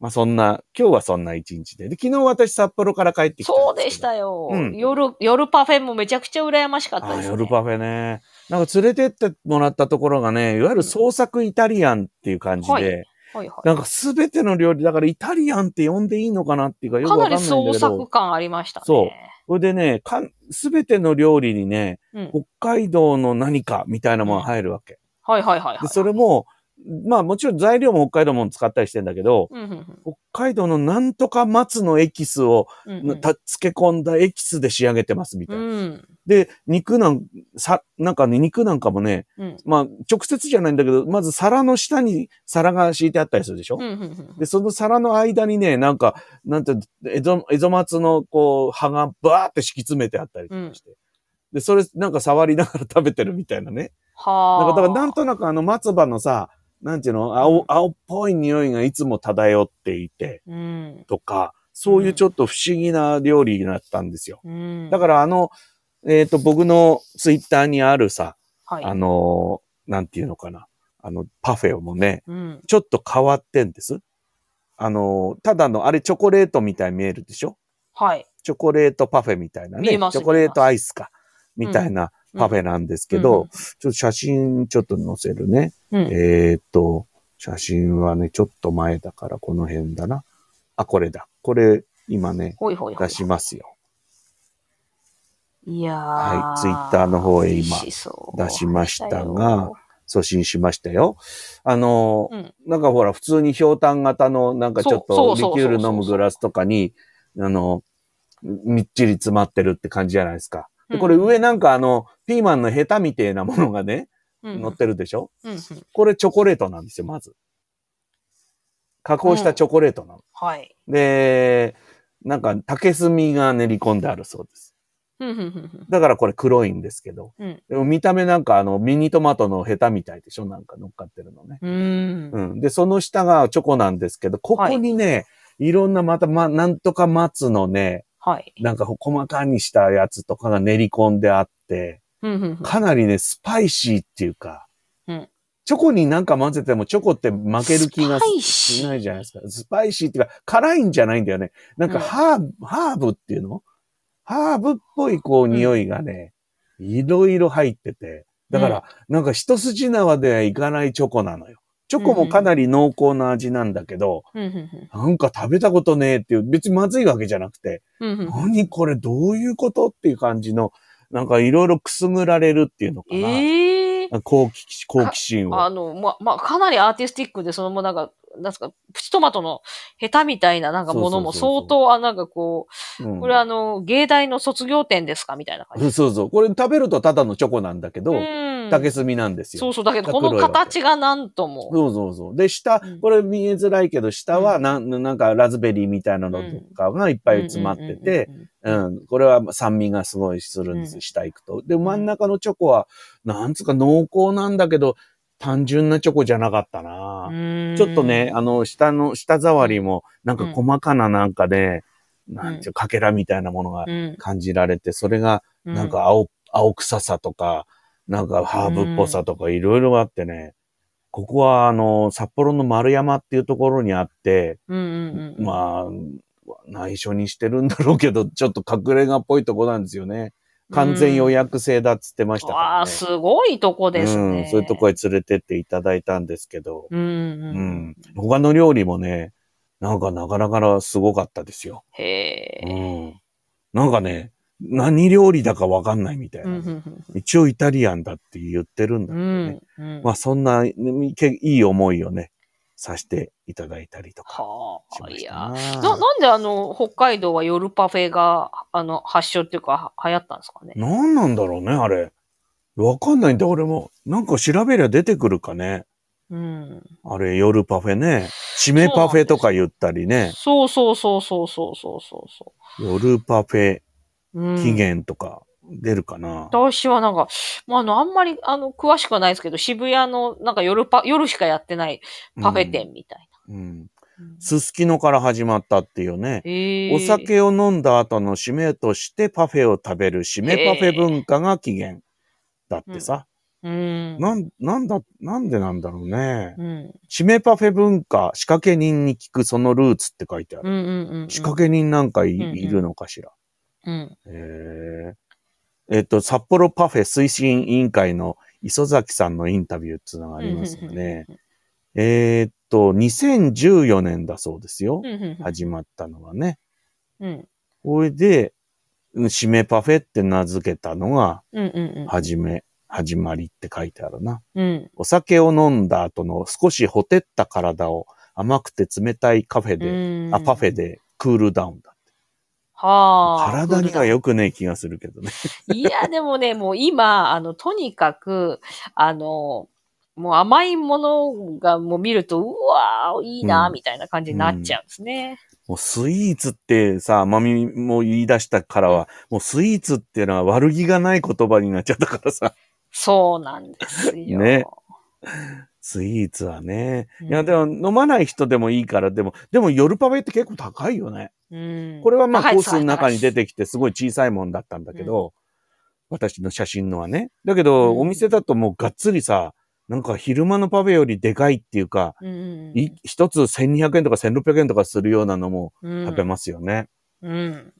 まあそんな、今日はそんな一日で。で、昨日私札幌から帰ってきたん
そうで
ですけど
したよ、
うん
夜、夜パフェもめちゃくちゃ羨ましかった
あ
です、ね。
夜パフェね。なんか連れてってもらったところがね、いわゆる創作イタリアンっていう感じで、
はいはいは
なんかすべての料理、だからイタリアンって呼んでいいのかなっていうか
い。
よく
か
わか
な
な
んり
いんだけ
創
ど
作、感ありましたね。
そうそれでね、すべての料理にね、
うん。
北海道の何かみたいなものが入るわけ。
はいはいはい、はい。
で、それも、まあもちろん材料も北海道も使ったりしてんだけど、
うんうんうん、
北海道のなんとか松のエキスを
うんうん。
た漬け込んだエキスで仕上げてますみた
う
いな。
ん。
で、肉なん、さ、なんかね、肉なんかもね、
うん。
まあ、直接じゃないんだけど、まず皿の下に皿が敷いてあったりするでしょ、
うんうんうん
で、その皿の間にね、なんか、なんて、江戸、江戸松の、こう、葉がバーって敷き詰めてあったりとかして。で、それ、なんか触りながら食べてるみたいなね。なん
はあ。
か、だからなんとなくあの松葉のさ、なんていうの、
うん
青、青っぽい匂いがいつも漂っていて、
うん。
とか、そういうちょっと不思議な料理だったんですよ。
うん。
だからあの、えっ、と、僕のツイッターにあるさ、
はい。
あのーなんていうのかな。あの、パフェもね、
うん。
ちょっと変わってんです。あのーただの、あれチョコレートみたいに見えるでしょ
はい。
チョコレートパフェみたいな
見
ね。
えます
チョコレートアイスか。みたいなパフェ
だ
なんですけど、ちょっと写真ちょっと載せるね。
うん。うん
えーっと、写真はね、ちょっと前だからこの辺だな。あ、これだ。これ、今ね、
ほいほいほい
出。しますよ。
いや
はいツイッターの方へ今出しましたが、送信しましたよ。あのー、
うん
なんかほら、普通に氷炭型の、なんかちょっ
そ
と
う
リ
そうそうそう
キュール飲むグラスとかに、あの、みっちり詰まってるって感じじゃないですか。で、これ上なんかあの、ピーマンのヘタみてえなものがね、乗っ、てるでしょ
うんうんうんうんうん
これチョコレートなんですよ、まず。加工したチョコレートなの。
はい。
で、なんか竹炭が練り込んであるそうです。
うんうんうん
だからこれ黒いんですけど。
うん
でも見た目なんかあの、ミニトマトのヘタみたいでしょなんか乗っかってるのね。
うん。う。
うんん。で、その下がチョコなんですけど、ここにね、い、ろんなまた、ま、なんとか松のね、
はい。
なんか細かにしたやつとかが練り込んであって、
うんうんうん
かなりね、スパイシーっていうか、
うん
チョコになんか混ぜてもチョコって負ける気が
スパイシー
しないじゃないですか。スパイシーっていうか、辛いんじゃないんだよね。なんか
うん
ハーブ、ハーブっていうのハーブっぽいこう匂いがね、いろいろ入ってて、だから、なんか一筋縄ではいかないチョコなのよ。チョコもかなり濃厚な味なんだけど、
うんうん
なんか食べたことねえっていう、別にまずいわけじゃなくて、
うんうんうん
(laughs) 何これどういうことっていう感じの、なんかいろいろくすぐられるっていうのかな。
ええ。
好奇好奇心を
あ。の、ま、まあ、かなりアーティスティックで、そのもうなんか、なんすか、プチトマトのヘタみたいななんかもの
そうそうそ
も
うそ
相
う
当、あ、なんかこ
う
う、
ん
これあの、芸大の卒業展ですかみたいな感じ。
そうそう。これ食べるとただのチョコなんだけど、
うん
竹炭なんです
そ
よ。
うそう。だけど、この形がなんとも。
そうそうそう。で、下
うん、
これ見えづらいけど、下は
うん
なん、なんかラズベリーみたいなのとかがいっぱい詰まってて、
うんうんうん
うん。これは酸味がすごいするんで
う
す、
ん
下行くと。で、真ん中のチョコは、なんつうか濃厚なんだけど、単純なチョコじゃなかったな
う。ん、
ちょっとね、あの、下の、舌触りも、なんか細かななんかで、なんていうかけらみたいなものが
うん、
感じられて、それが、
う
なんか、青、青臭さとか、なんかハーブっぽさとかいろいろあってね、ここはあの、札幌の丸山っていうところにあって、
うんうんうん、
まあ、内緒にしてるんだろうけど、ちょっと隠れ家っぽいとこなんですよね。完全予約制だっつってましたから、ね。
ああ、すごいとこです
う
ね。
ん、そういうとこへ連れてっていただいたんですけど、
うんう
う、
んうんん。
他の料理もね、なんかなかなかすごかったですよ。
へ
う
え。
ん。なんかね、何料理だかわかんないみたいな。
うんうん
一応イタリアンだって言ってるんだ
う
けどね。
んうん
まあそんな、ねけいい思いをね、させていただいたりとか
は
しま
あ、い
した
や。
な。
な、なんであの、北海道は夜パフェが、あの、発祥っていうか、は流行ったんですかね。
なんなんだろうね、あれ。わかんないんだ、俺も。なんか調べりゃ出てくるかね。
うん。
あれ、夜パフェね。締めパフェとか言ったりね。
そうそうそうそうそうそうそうそ
夜パフェ
う。うん、
期限とか出るかな。
私はなんか、まあ、あの、あんまり、あの、詳しくはないですけど、渋谷の、なんか夜パ、夜しかやってないパフェ店みたい
うん。うん
な。うん
すすきのから始まったっていうね。
へー
お酒を飲んだ後の締めとしてパフェを食べる締めパフェ文化が起源だってさ。
うん。
なん、なんだ、なんでなんだろうね。
うん。
締めパフェ文化、仕掛け人に聞くそのルーツって書いてあ
う
る。
んうんうんうん。
仕掛け人なんかい,、
うんうん
るのかしら。
うん。
へええっと、札幌パフェ推進委員会の磯崎さんのインタビューっていうのがありますよね。えーっと、2014年だそうですよ
う。んうんうん。
始まったのはね。
うん。
これで、うん締めパフェって名付けたのが、
うんうん
はじめ、始まりって書いてあるな。
うん。うん。
お酒を飲んだ後の少しほてった体を甘くて冷たいカフェで、
で
あ、パフェ。でクールダウンだ。
はあ。
体には
よ。
良くない気がするけどね。
いや、でもね、もう今、あの、とにかく、あの、もう甘いものがもう見ると、うわー、いいな
う
ー、
ん
みたいな感じになっちゃうんですね。
もうスイーツってさ、まみも言い出したからは、もうスイーツっていうのは悪気がない言葉になっちゃったからさ。
そうなんですよ。
ねスイーツはね。
うん
いや、でも飲まない人でもいいから、でも、でも夜パフェって結構高いよね。
うん。
これはまあ
高い
コー
です
スの中に出てきてすごい小さいもんだったんだけど、私の写真のはね。だけど、
うん
お店だともうがっつりさ、なんか昼間のパフェよりでかいっていうか、
うんうんうん
い一つ1200円とか1600円とかするようなのも
うん
食べますよね。
うん。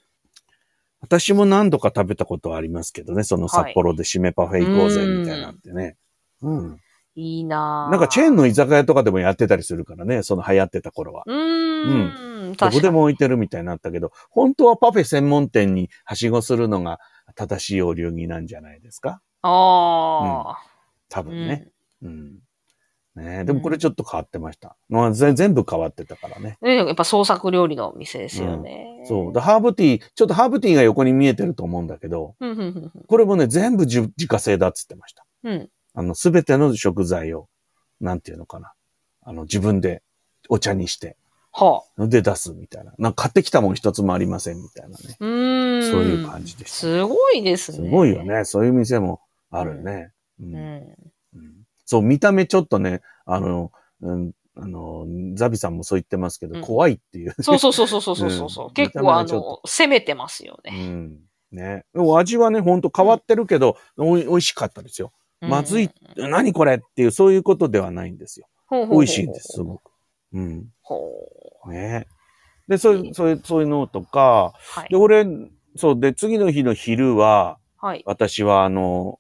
私も何度か食べたことはありますけどね、その札幌で締めパフェ行こうぜみたいなってね。うん。
いいなー
なんかチェーンの居酒屋とかでもやってたりするからね、その流行ってた頃は。
うーん。
ど
確か
こ
に
でも置いてるみたいになったけど、本当はパフェ専門店にはしごするのが正しいお流儀なんじゃないですか
あ
多
あ。
分ね。うん。ねえで
う
も
ん
これちょっと変わってました。まあ、ぜ全部変わってたからね。
うんねやっぱ創作料理のお店ですよね。
そう。で、ハーブティー、ちょっとハーブティーが横に見えてると思うんだけど、
うん。うんうん
これもね、全部自自家製だっつってました。
うんうん。
あの、すべての食材を、なんていうのかな。あの、自分でお茶にして、
はあ。
で出すみたいな。なんか買ってきたもん一つもありませんみたいなね。
うーん。
そういう感じでした。
すごいですね。
すごいよ。ね。そういう店もあるね。うん
うん。
うんそう、見た目ちょっとね、あの、うん、あの、ザビさんもそう言ってますけど、
うん
怖いっていう。
そうそうそうそうそうそうそう。
うん
結構
見た目が
あ
ちょ
の、攻めてますよ
う
(laughs) ね。
ん。ね。でも味はね、ほんと変わってるけど、おい美味しかったですよ。まずい
うん。
何これっていう、そういうことではないんですよ。
ほうほうほう
美味しいんです、す。ごく。うん。
ほう。
ね。で、そういう、そういう、そういうのとか、
はい
で、。俺、そう、で、次の日の昼は、
はい。
私は、あの、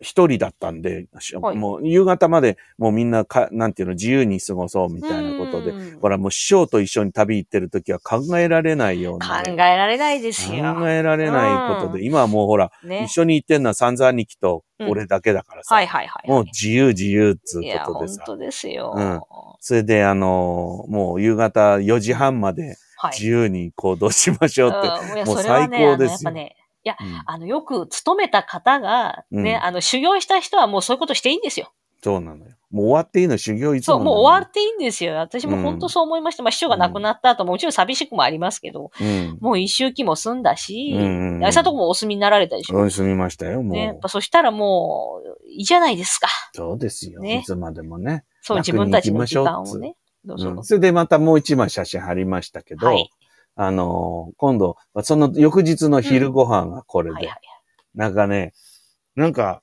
一人だったんで、し
はい
もう夕方までもうみんなか、なんていうの、自由に過ごそうみたいなことで、
うん
ほ
考
らもう師匠と一緒に旅行ってる時は考えられないような。
えられないです
考
よ。
えられないことで、今はもうほら、
ね
一。緒に行ってんのは三座兄貴と俺だけだからさ、
はいはいはい。
もう自由自由っつう
いや、
こと
本
でさ、
当ですよ。
うんそれであのーもう夕方4時半まで
はい。
自由に行動しましょうって、
うんいや
もう
それはね
最高ですよ
あのやっぱね、うんあの、よく勤めた方が、ね、
うん
あの、修行した人はもうそういうことしていいんですよ。
そうなのよ。もう終わっていいの修行いつ
そう、もう終わ
っ
っていいんですよ。私も本
うん
当そう思いました。まあ、師匠が亡くなった後も、もちろん寂しくもありますけど、
て、うん、
もう一周期も済んだし、
うんうんうん
あさんとこもお住みになられたでしょ。
うん済みましたよ、もう。
ね、やっぱそしたらもう、いいじゃないですか。
そうですよ、
ね
いつまでもね。
そう、
楽
自
に
分たちの
行きまし
時
ょう
間をね。どうぞ
うんそれでまたもう一枚写真貼りましたけど、
はい
あのー今度、その翌日の昼ご飯がこれで、
はいはい。
なんかね、なんか、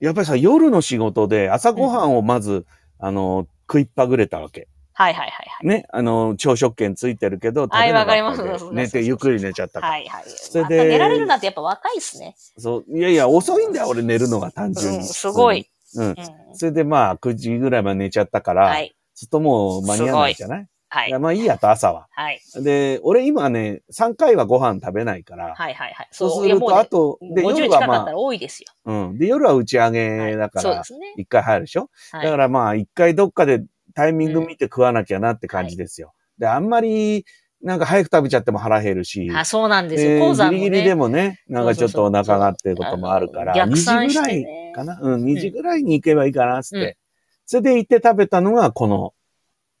やっぱりさ、夜の仕事で朝ごはんをまず、あの、食いっぱぐれたわけ。
はいはいはいはい。
ね、あの、朝食券ついてるけど、食
はい
べなかった
わかります
で寝てゆっくり寝ちゃったから。
はいはい。
それ
また
で
寝られるなんてやっぱ若いっすね。
そう、いやいや、遅いんだよ、俺寝るのが単純
う
に。
ん、すごい。
うん。
うん。
それでまあ、9時ぐらいまで寝ちゃったから、
はい。
ちょっともう間に合わないじゃない
はい
いや。まあいいやと、朝は。
はい。
で、俺今ね、3回はご飯食べないから、
はいはいはい。
そうす
いや
る
も
と、あ
ね
と、で、
50
夜
近
は
かった
ま
ら多いですよ。
あ、うん。で、夜は打ち上
はい
げだか
そうで
ら、
すね。
1回入るでしょ
はい
だからまあ、一回どっかでタイミング見て食わなきゃなって感じですよ。で、あんまり、なんか早く食べちゃっても腹減るし、
あ、そうなんです
で
よ。鉱山
ギ
も
リギリでもね、なんかちょっとお腹がっていうこともあるから、
逆算
2時
し
ぐら
て
い
ね。
かな、うん、
ん
2時ぐらいに行けばいいかなっつって。
うん
それで行って食べたのが、この、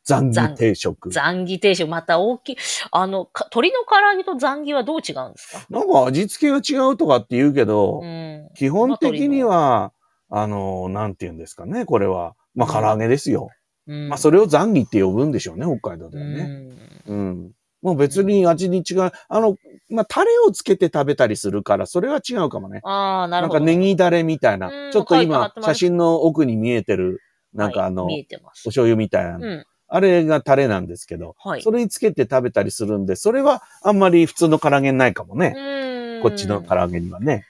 ザンギ定食。
ザンギ定食、また大きい。あの、か鶏の唐揚げとザンギはどう違うんですか
なんか味付けが違うとかって言うけど、
うん。
基本的には、あの、なんて言うんですかね、これは。まあ、唐揚げですよ。
うん
まあ、それをザンギって呼ぶんでしょうね、北海道ではね。
うん
うん。もう別に味に違う。あの、まあ、タレをつけて食べたりするから、それは違うかもね。
ああ、な
な
る
ん
ほど。
かネギだれみたい
うん
な。ちょっと
書いてあっ
今
て、ます
写真の奥に見えてる、なんかあの、
はい見
お
えてます。
醤油みたいな、
うん。
あれがタレなんですけど、
はい
そ。れにつけて食べたりするんで、それはあんまり普通の唐揚げないかもね。
うん
こっちの唐揚げにはね。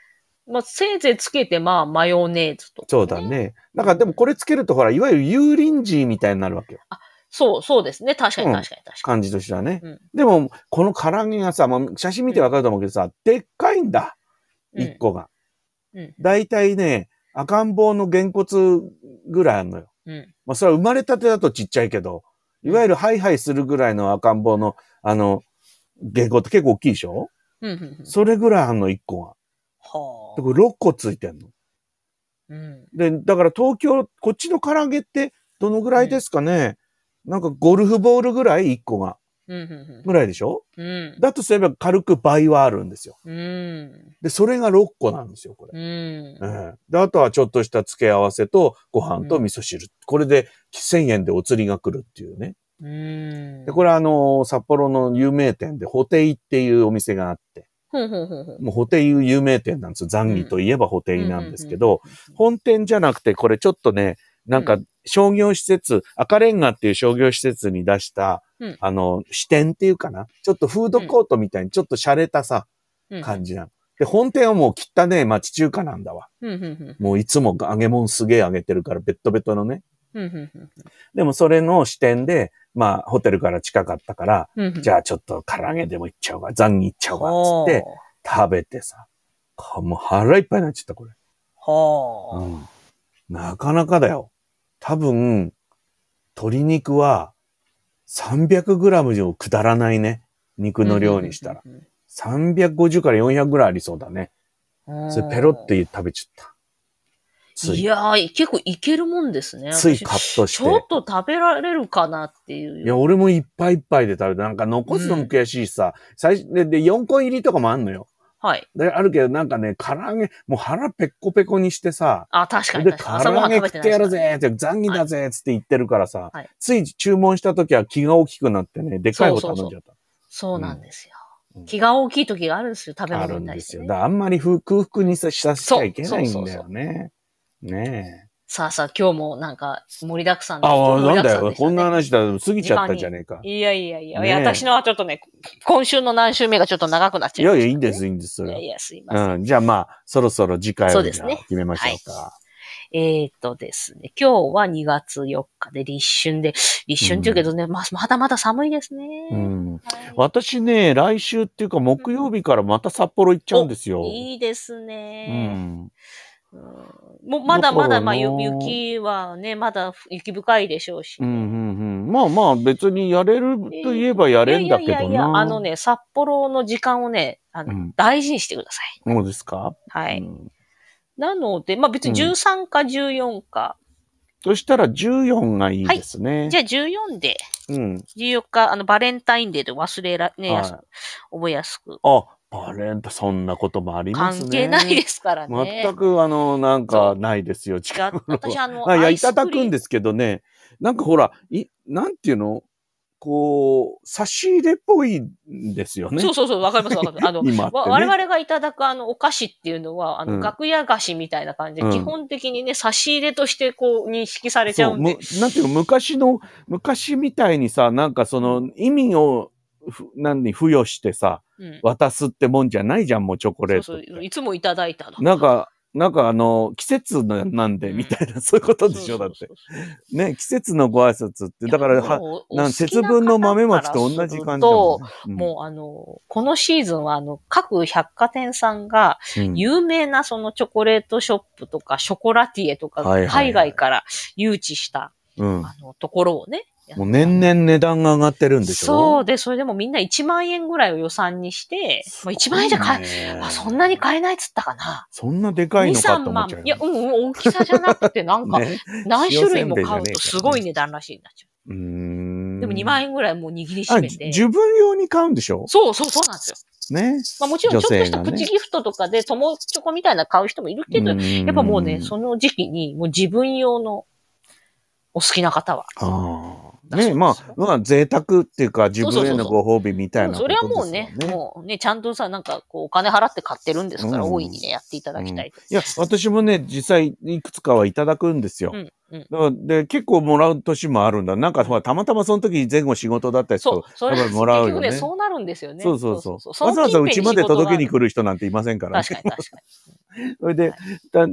まあ、せいぜいつけて、まあ、マヨネーズとか。
そうだ。ね。だからでもこれつけるとほら、いわゆる油淋鶏みたいになるわけよ。
そう、そうですね。確かに確かに確かに。
感じとしてはね。
うん
でも、この唐揚げがさ、まあ、写真見てわかると思うけどさ、でっかいんだ。
うん
一個が。
うん
だいたいね、赤ん坊のげ骨ぐらいあるのよ。
うん。
まあ、それは生まれたてだとちっちゃいけど、いわゆるハイハイするぐらいの赤ん坊の、あの、げ骨って結構大きいでしょ
うんうんうん。
それぐらいあんの、一個が。
は
で、これ6個ついてんの。
あ。うん。
で、だから東京、こっちの唐揚げってどのぐらいですかね、なんかゴルフボールぐらい一個が。
うんうん
ぐらいでしょ
うん。
だとすれば軽く倍はあるんですよ。
うん。
で、それが6個なんですよ、これ。
うん。
ええで、あとはちょっとした付け合わせとご飯と味噌汁。これで1000円でお釣りが来るっていうね。
うん。
で、これはあのー札幌の有名店で、ホテイっていうお店があって、
ほんほんほんほん。
もうホテイ有名店なんですよ。残儀といえばホテイなんですけど、本店じゃなくて、これちょっとね、なん
う
か商業施設、赤レンガっていう商業施設に出した、
うん
あの、支店っていうかな。ちょっとフードコートみたいに、ちょっと洒落たさ、
うん、
感じなの。で、本店はもう汚ねえ町中華なんだわ。
うんうんうん
もういつも揚げ物すげえ揚げてるから、ベッドベッドのね。
うんうん
でもそれの支店で、まあ、ホテルから近かったから、
うんうん。
じ
ゃ
ゃあちょっと唐揚げでも行っちゃおうか、残に行っちゃおうか、つって、食べてさ。かもう腹いっぱいになっちゃった、これ。
はあ。
うん。なかなかだよ。多分、鶏肉は 300g 以上下らないね。肉の量にしたら。
うんうんうん
350から400ぐらいありそうだね。
うん。
それペロって食べちゃった。つ
い
い、
やー、結構いけるもんですね。
つい
私
カットし
ち
て。
ょっと食べられるかなっていう。
いや、俺もいっぱいいっぱいで食べて、なんか残すのも悔しいしさ、最初で、で、4個入りとかもあんのよ。
はい。
で、あるけど、なんかね、唐揚げ、もう腹ペッコペコにしてさ、
あ、確かに
で、
確
唐
かに。朝ご
揚
はん
げ
食べ
食
て
っ
ない
てや
から
る
ね。
ぜーって、残儀だぜーっつって言ってるからさ、
はい
つい注文した時は気が大きくなってね、でっかい方頼んじゃった。
そうなんですよ
うん。
気が大きい時があるんですよ、食べ
あ
物
る
に
ん
対
で
し
す
て
よ。
ね、
だからあんまりふ空腹にささせちゃいけない
そ
ん
う
だ
そう
よね。ねえ。
さあさあ、今日もなんか盛りだくさんです
ああ、
盛
な
り
んだ
だくさ
よ。
でしたね
こんな話だと過ぎちゃったじゃねえか。
いやいやいや、
ねえ
いや私のはちょっとね、今週の何週目がちょっと長くなっち
い
ゃいま
や
し
いや、い
た、ね。
いんです、いいんです。そ
い
れ
やいや、すいません。
うん、じゃあまあ、そろそろ次回
そ
を
うで
じ
す
ゃあ
ね
決めましょうか。
えーっとですね、今日は2月4日で立春で、立春って言うけどね、まあまだまだ寒いですね。
うん。
は
私ね、来週っていうか木曜日からまた札幌行っちゃうんですよ。
い、いいです
うん。
ね。うんもうまだまだ、まあ、
だ
ゆ
からな
雪はね、まだ雪深いでしょうし。
うんうんうん。まあまあ別にやれるといえばやれんだけどな。
いやいやいや、あのね、札幌の時間をね、あの、
うん
大事にしてください。
そうですか
は
う
い。
ん
なので、まあ別に
うん
13か14か。
そしたら14がいいですね。
じゃあ14で、
うん。
14日、あの、バレンタインデーで忘れら、ね、
はい
やす覚えやすく。
あ、バレンタ、そんなこともありますね。
関係ないですからね。
全く、あの、なんか、ないですよ、
いや
近 (laughs) くの
私、あの、
あいや、
ア
い
イス
ただ
クリ
く
ー
ん
ム
ですけどね、なんかほら、い、なんていうのこう、差し入れっぽいんですよね。
そうそうそう、わかりますわかります。あの、
(laughs) 今って
わ
ね。
我々がいただくあのお菓子っていうのは、あ
うん
の、楽屋菓子みたいな感じで、
うん
基本的にね、差し入れとしてこう、認識されちゃうんで。
そうむなんていうの昔の、昔みたいにさ、なんかその、意味を、ふ何に付与してさ、
うん
渡すってもんじゃないじゃん、もうチョコレート
そ
っ
う
て。
そういつもいただいたの。
なんか、なんかあの、季節ななんで、
うん
みたいな、 (laughs) そういうことでしょ、だって。ね、季節のご挨拶って、だから、は、
もう
なん
お好き
節分の豆まきと同じ感じだ
方からす
もんね、う
ると
ん
もうあの、このシーズンはあの、各百貨店さんが、
うん
有名なそのチョコレートショップとか、ショコラティエとか
はいはいは、い
海外から誘致した、
うん
あの、ところをね。
もう年々値段が上がってるんでしょ
そう
う。
で、それでもみんな1万円ぐらいを予算にして、まあ、1万円じゃ買え、
え
あ、そんなに買えないっつったかな。
そんなでかい
2、
のかと
3
思
万
っちゃう。。
いや、うん、うん、大きさじゃなくて、なんか、
(laughs) ね。
何種類も
塩せんべいじゃね
買う
えからね
とすごい値段らしいになっちゃ
うー
う。
ん。
でも2万円ぐらいもう握りし
あ、
め
じ
て。
自分用に買うんでしょ
そうそうそうなんですよ。
ね。
まあもちろんちょっとした
女性がね
プチギフトとかで友チョコみたいなの買う人もいるけど、
うーん
やっぱもうね、その時期にもう自分用のお好きな方は。
ああ。
だそう
ね
です
まあ、まあ、贅沢っていうか、自
そう
分
そ
へ
うそ
の
う
ご褒美みたいな
うん
こ
そ
と
れ
です
は
よね。
もうね、もうね、ちゃんとさ、なんかこうお金払って買ってるんですから、
うん
大いにね、やっていただきたいと。
いや、私もね、実際いくつかはいただくんですよ。
うんうん
だからで、結構もらう年もあるんだ。なんかほら、たまたまその時前後仕事だったりする
そう
と、、
それ
やっぱりもらうよね
結局ね、そうなるんですよね。
そうそうそう。
の
わざわざうちまで届けに
近
来る人なんていませんからね。
辺に仕事がある。確かに確か
それで
は、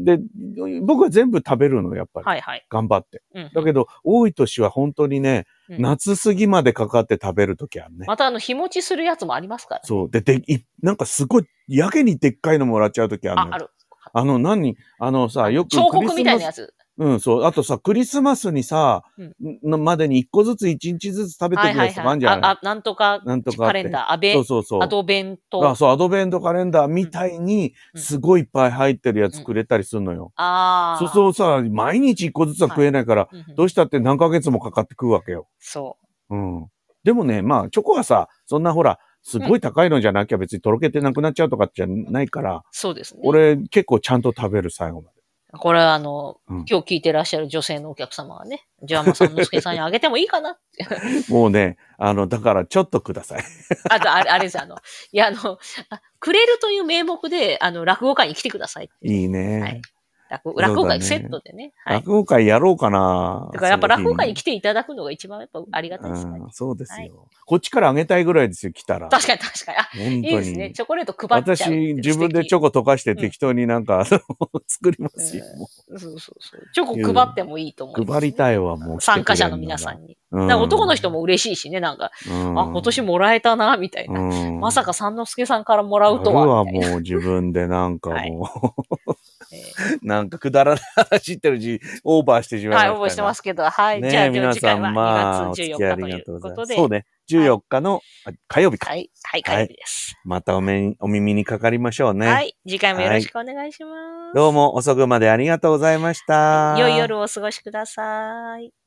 だで、僕は全部食べるの、やっぱり。
に。はいはい。
頑張って。
うん
だけど、多い年は本当にね、
うん
夏過ぎまでかかって食べるときはね。
またあの、日持ちするやつもありますから。
そう。で、で、いなんかすごい、やけにでっかいのもらっちゃうときあるの
あ、
よ
ある。
あの、何あのさ、よくクリス
彫
マス。
刻みたいなやつ。
うん、そう。あとさ、クリスマスにさ、
うん
のまでに一個ずつ一日ずつ食べて
は
く
い
る
は
や
い
つとかあ
は
るん
い。
じゃない、
あ、あなんとか
なんとかって
カレンダー、安倍
そう、そうそう。
アドベン
あ
ト。
そう、アドベントカレンダーみたいに、
うん
すごいいっぱい入ってるやつくれたりするのよ。
ああ。
そうそうさ、毎日一個ずつは食えないから、
うんうん
どうしたって何ヶ月もかかって食うわけよ。
そう。
うん。でもね、まあ、チョコはさ、そんなほら、すごい高いのじゃなきゃ別にとろけてなくなっちゃうとかじゃないから、
そうですね。
俺結構ちゃんと食べる最後まで。
これはあの、
うん
今日聞いてらっしゃる女性のお客様はね、ジャーマさんのすけさんにあげてもいいかな (laughs) って。
もうね、あの、だからちょっとください。
あと、あれ、あれですよあの、いや、あの、あくれるという名目で、あの、落語会に来てくださいって。
いいね。
はい落
う
語
だね
落語会セットでね。はい。
落語会やろうかな。
だからやっぱ落語会に
来
来ていただくのが一番やっぱありがたいですからね
うん、そうですよ、
はい
こっちからあげたいぐらいですよ、来たら。
確かに確かに。あ、
本当に。
いいですね。チョコレート配っちゃうって
私、自分でチ
ョ
ョコ溶かして適当になんか、あの (laughs) 作りますよ。
う
も
コ。そうそうそう。チョコ配ってもいいと思
う
う。
配りたいわ、もう。
参加者の皆さんに。
うん。
だから男の人も嬉しいしね、なんか、
うん、
あ、今年もらえたな、みたいな。
うん
まさか三之助さんからもらうと
やるわ
は。みたいな
もう自分でなんか
はい
も
えー
う、 (laughs) なんかくだらない話言ってるうち、オーバーしてしまいまし
は
た
い、
が。
応募してますけど、はい。
ねえ
じゃあ、では
皆
次
さ
回
ん、
は
まあ、お
2
付
月
き合いあ
14
りが
日と
と
いう
ご
うこ
ざい
と
ます。
で、
そうね。14日のあ火曜日か。
はい、はい、火曜日です。
またお目に、お耳にかかりましょうね。
はい、次回もよろしくお願いします。
どうも遅くまでありがとうございました。
良い夜をお過ごしください。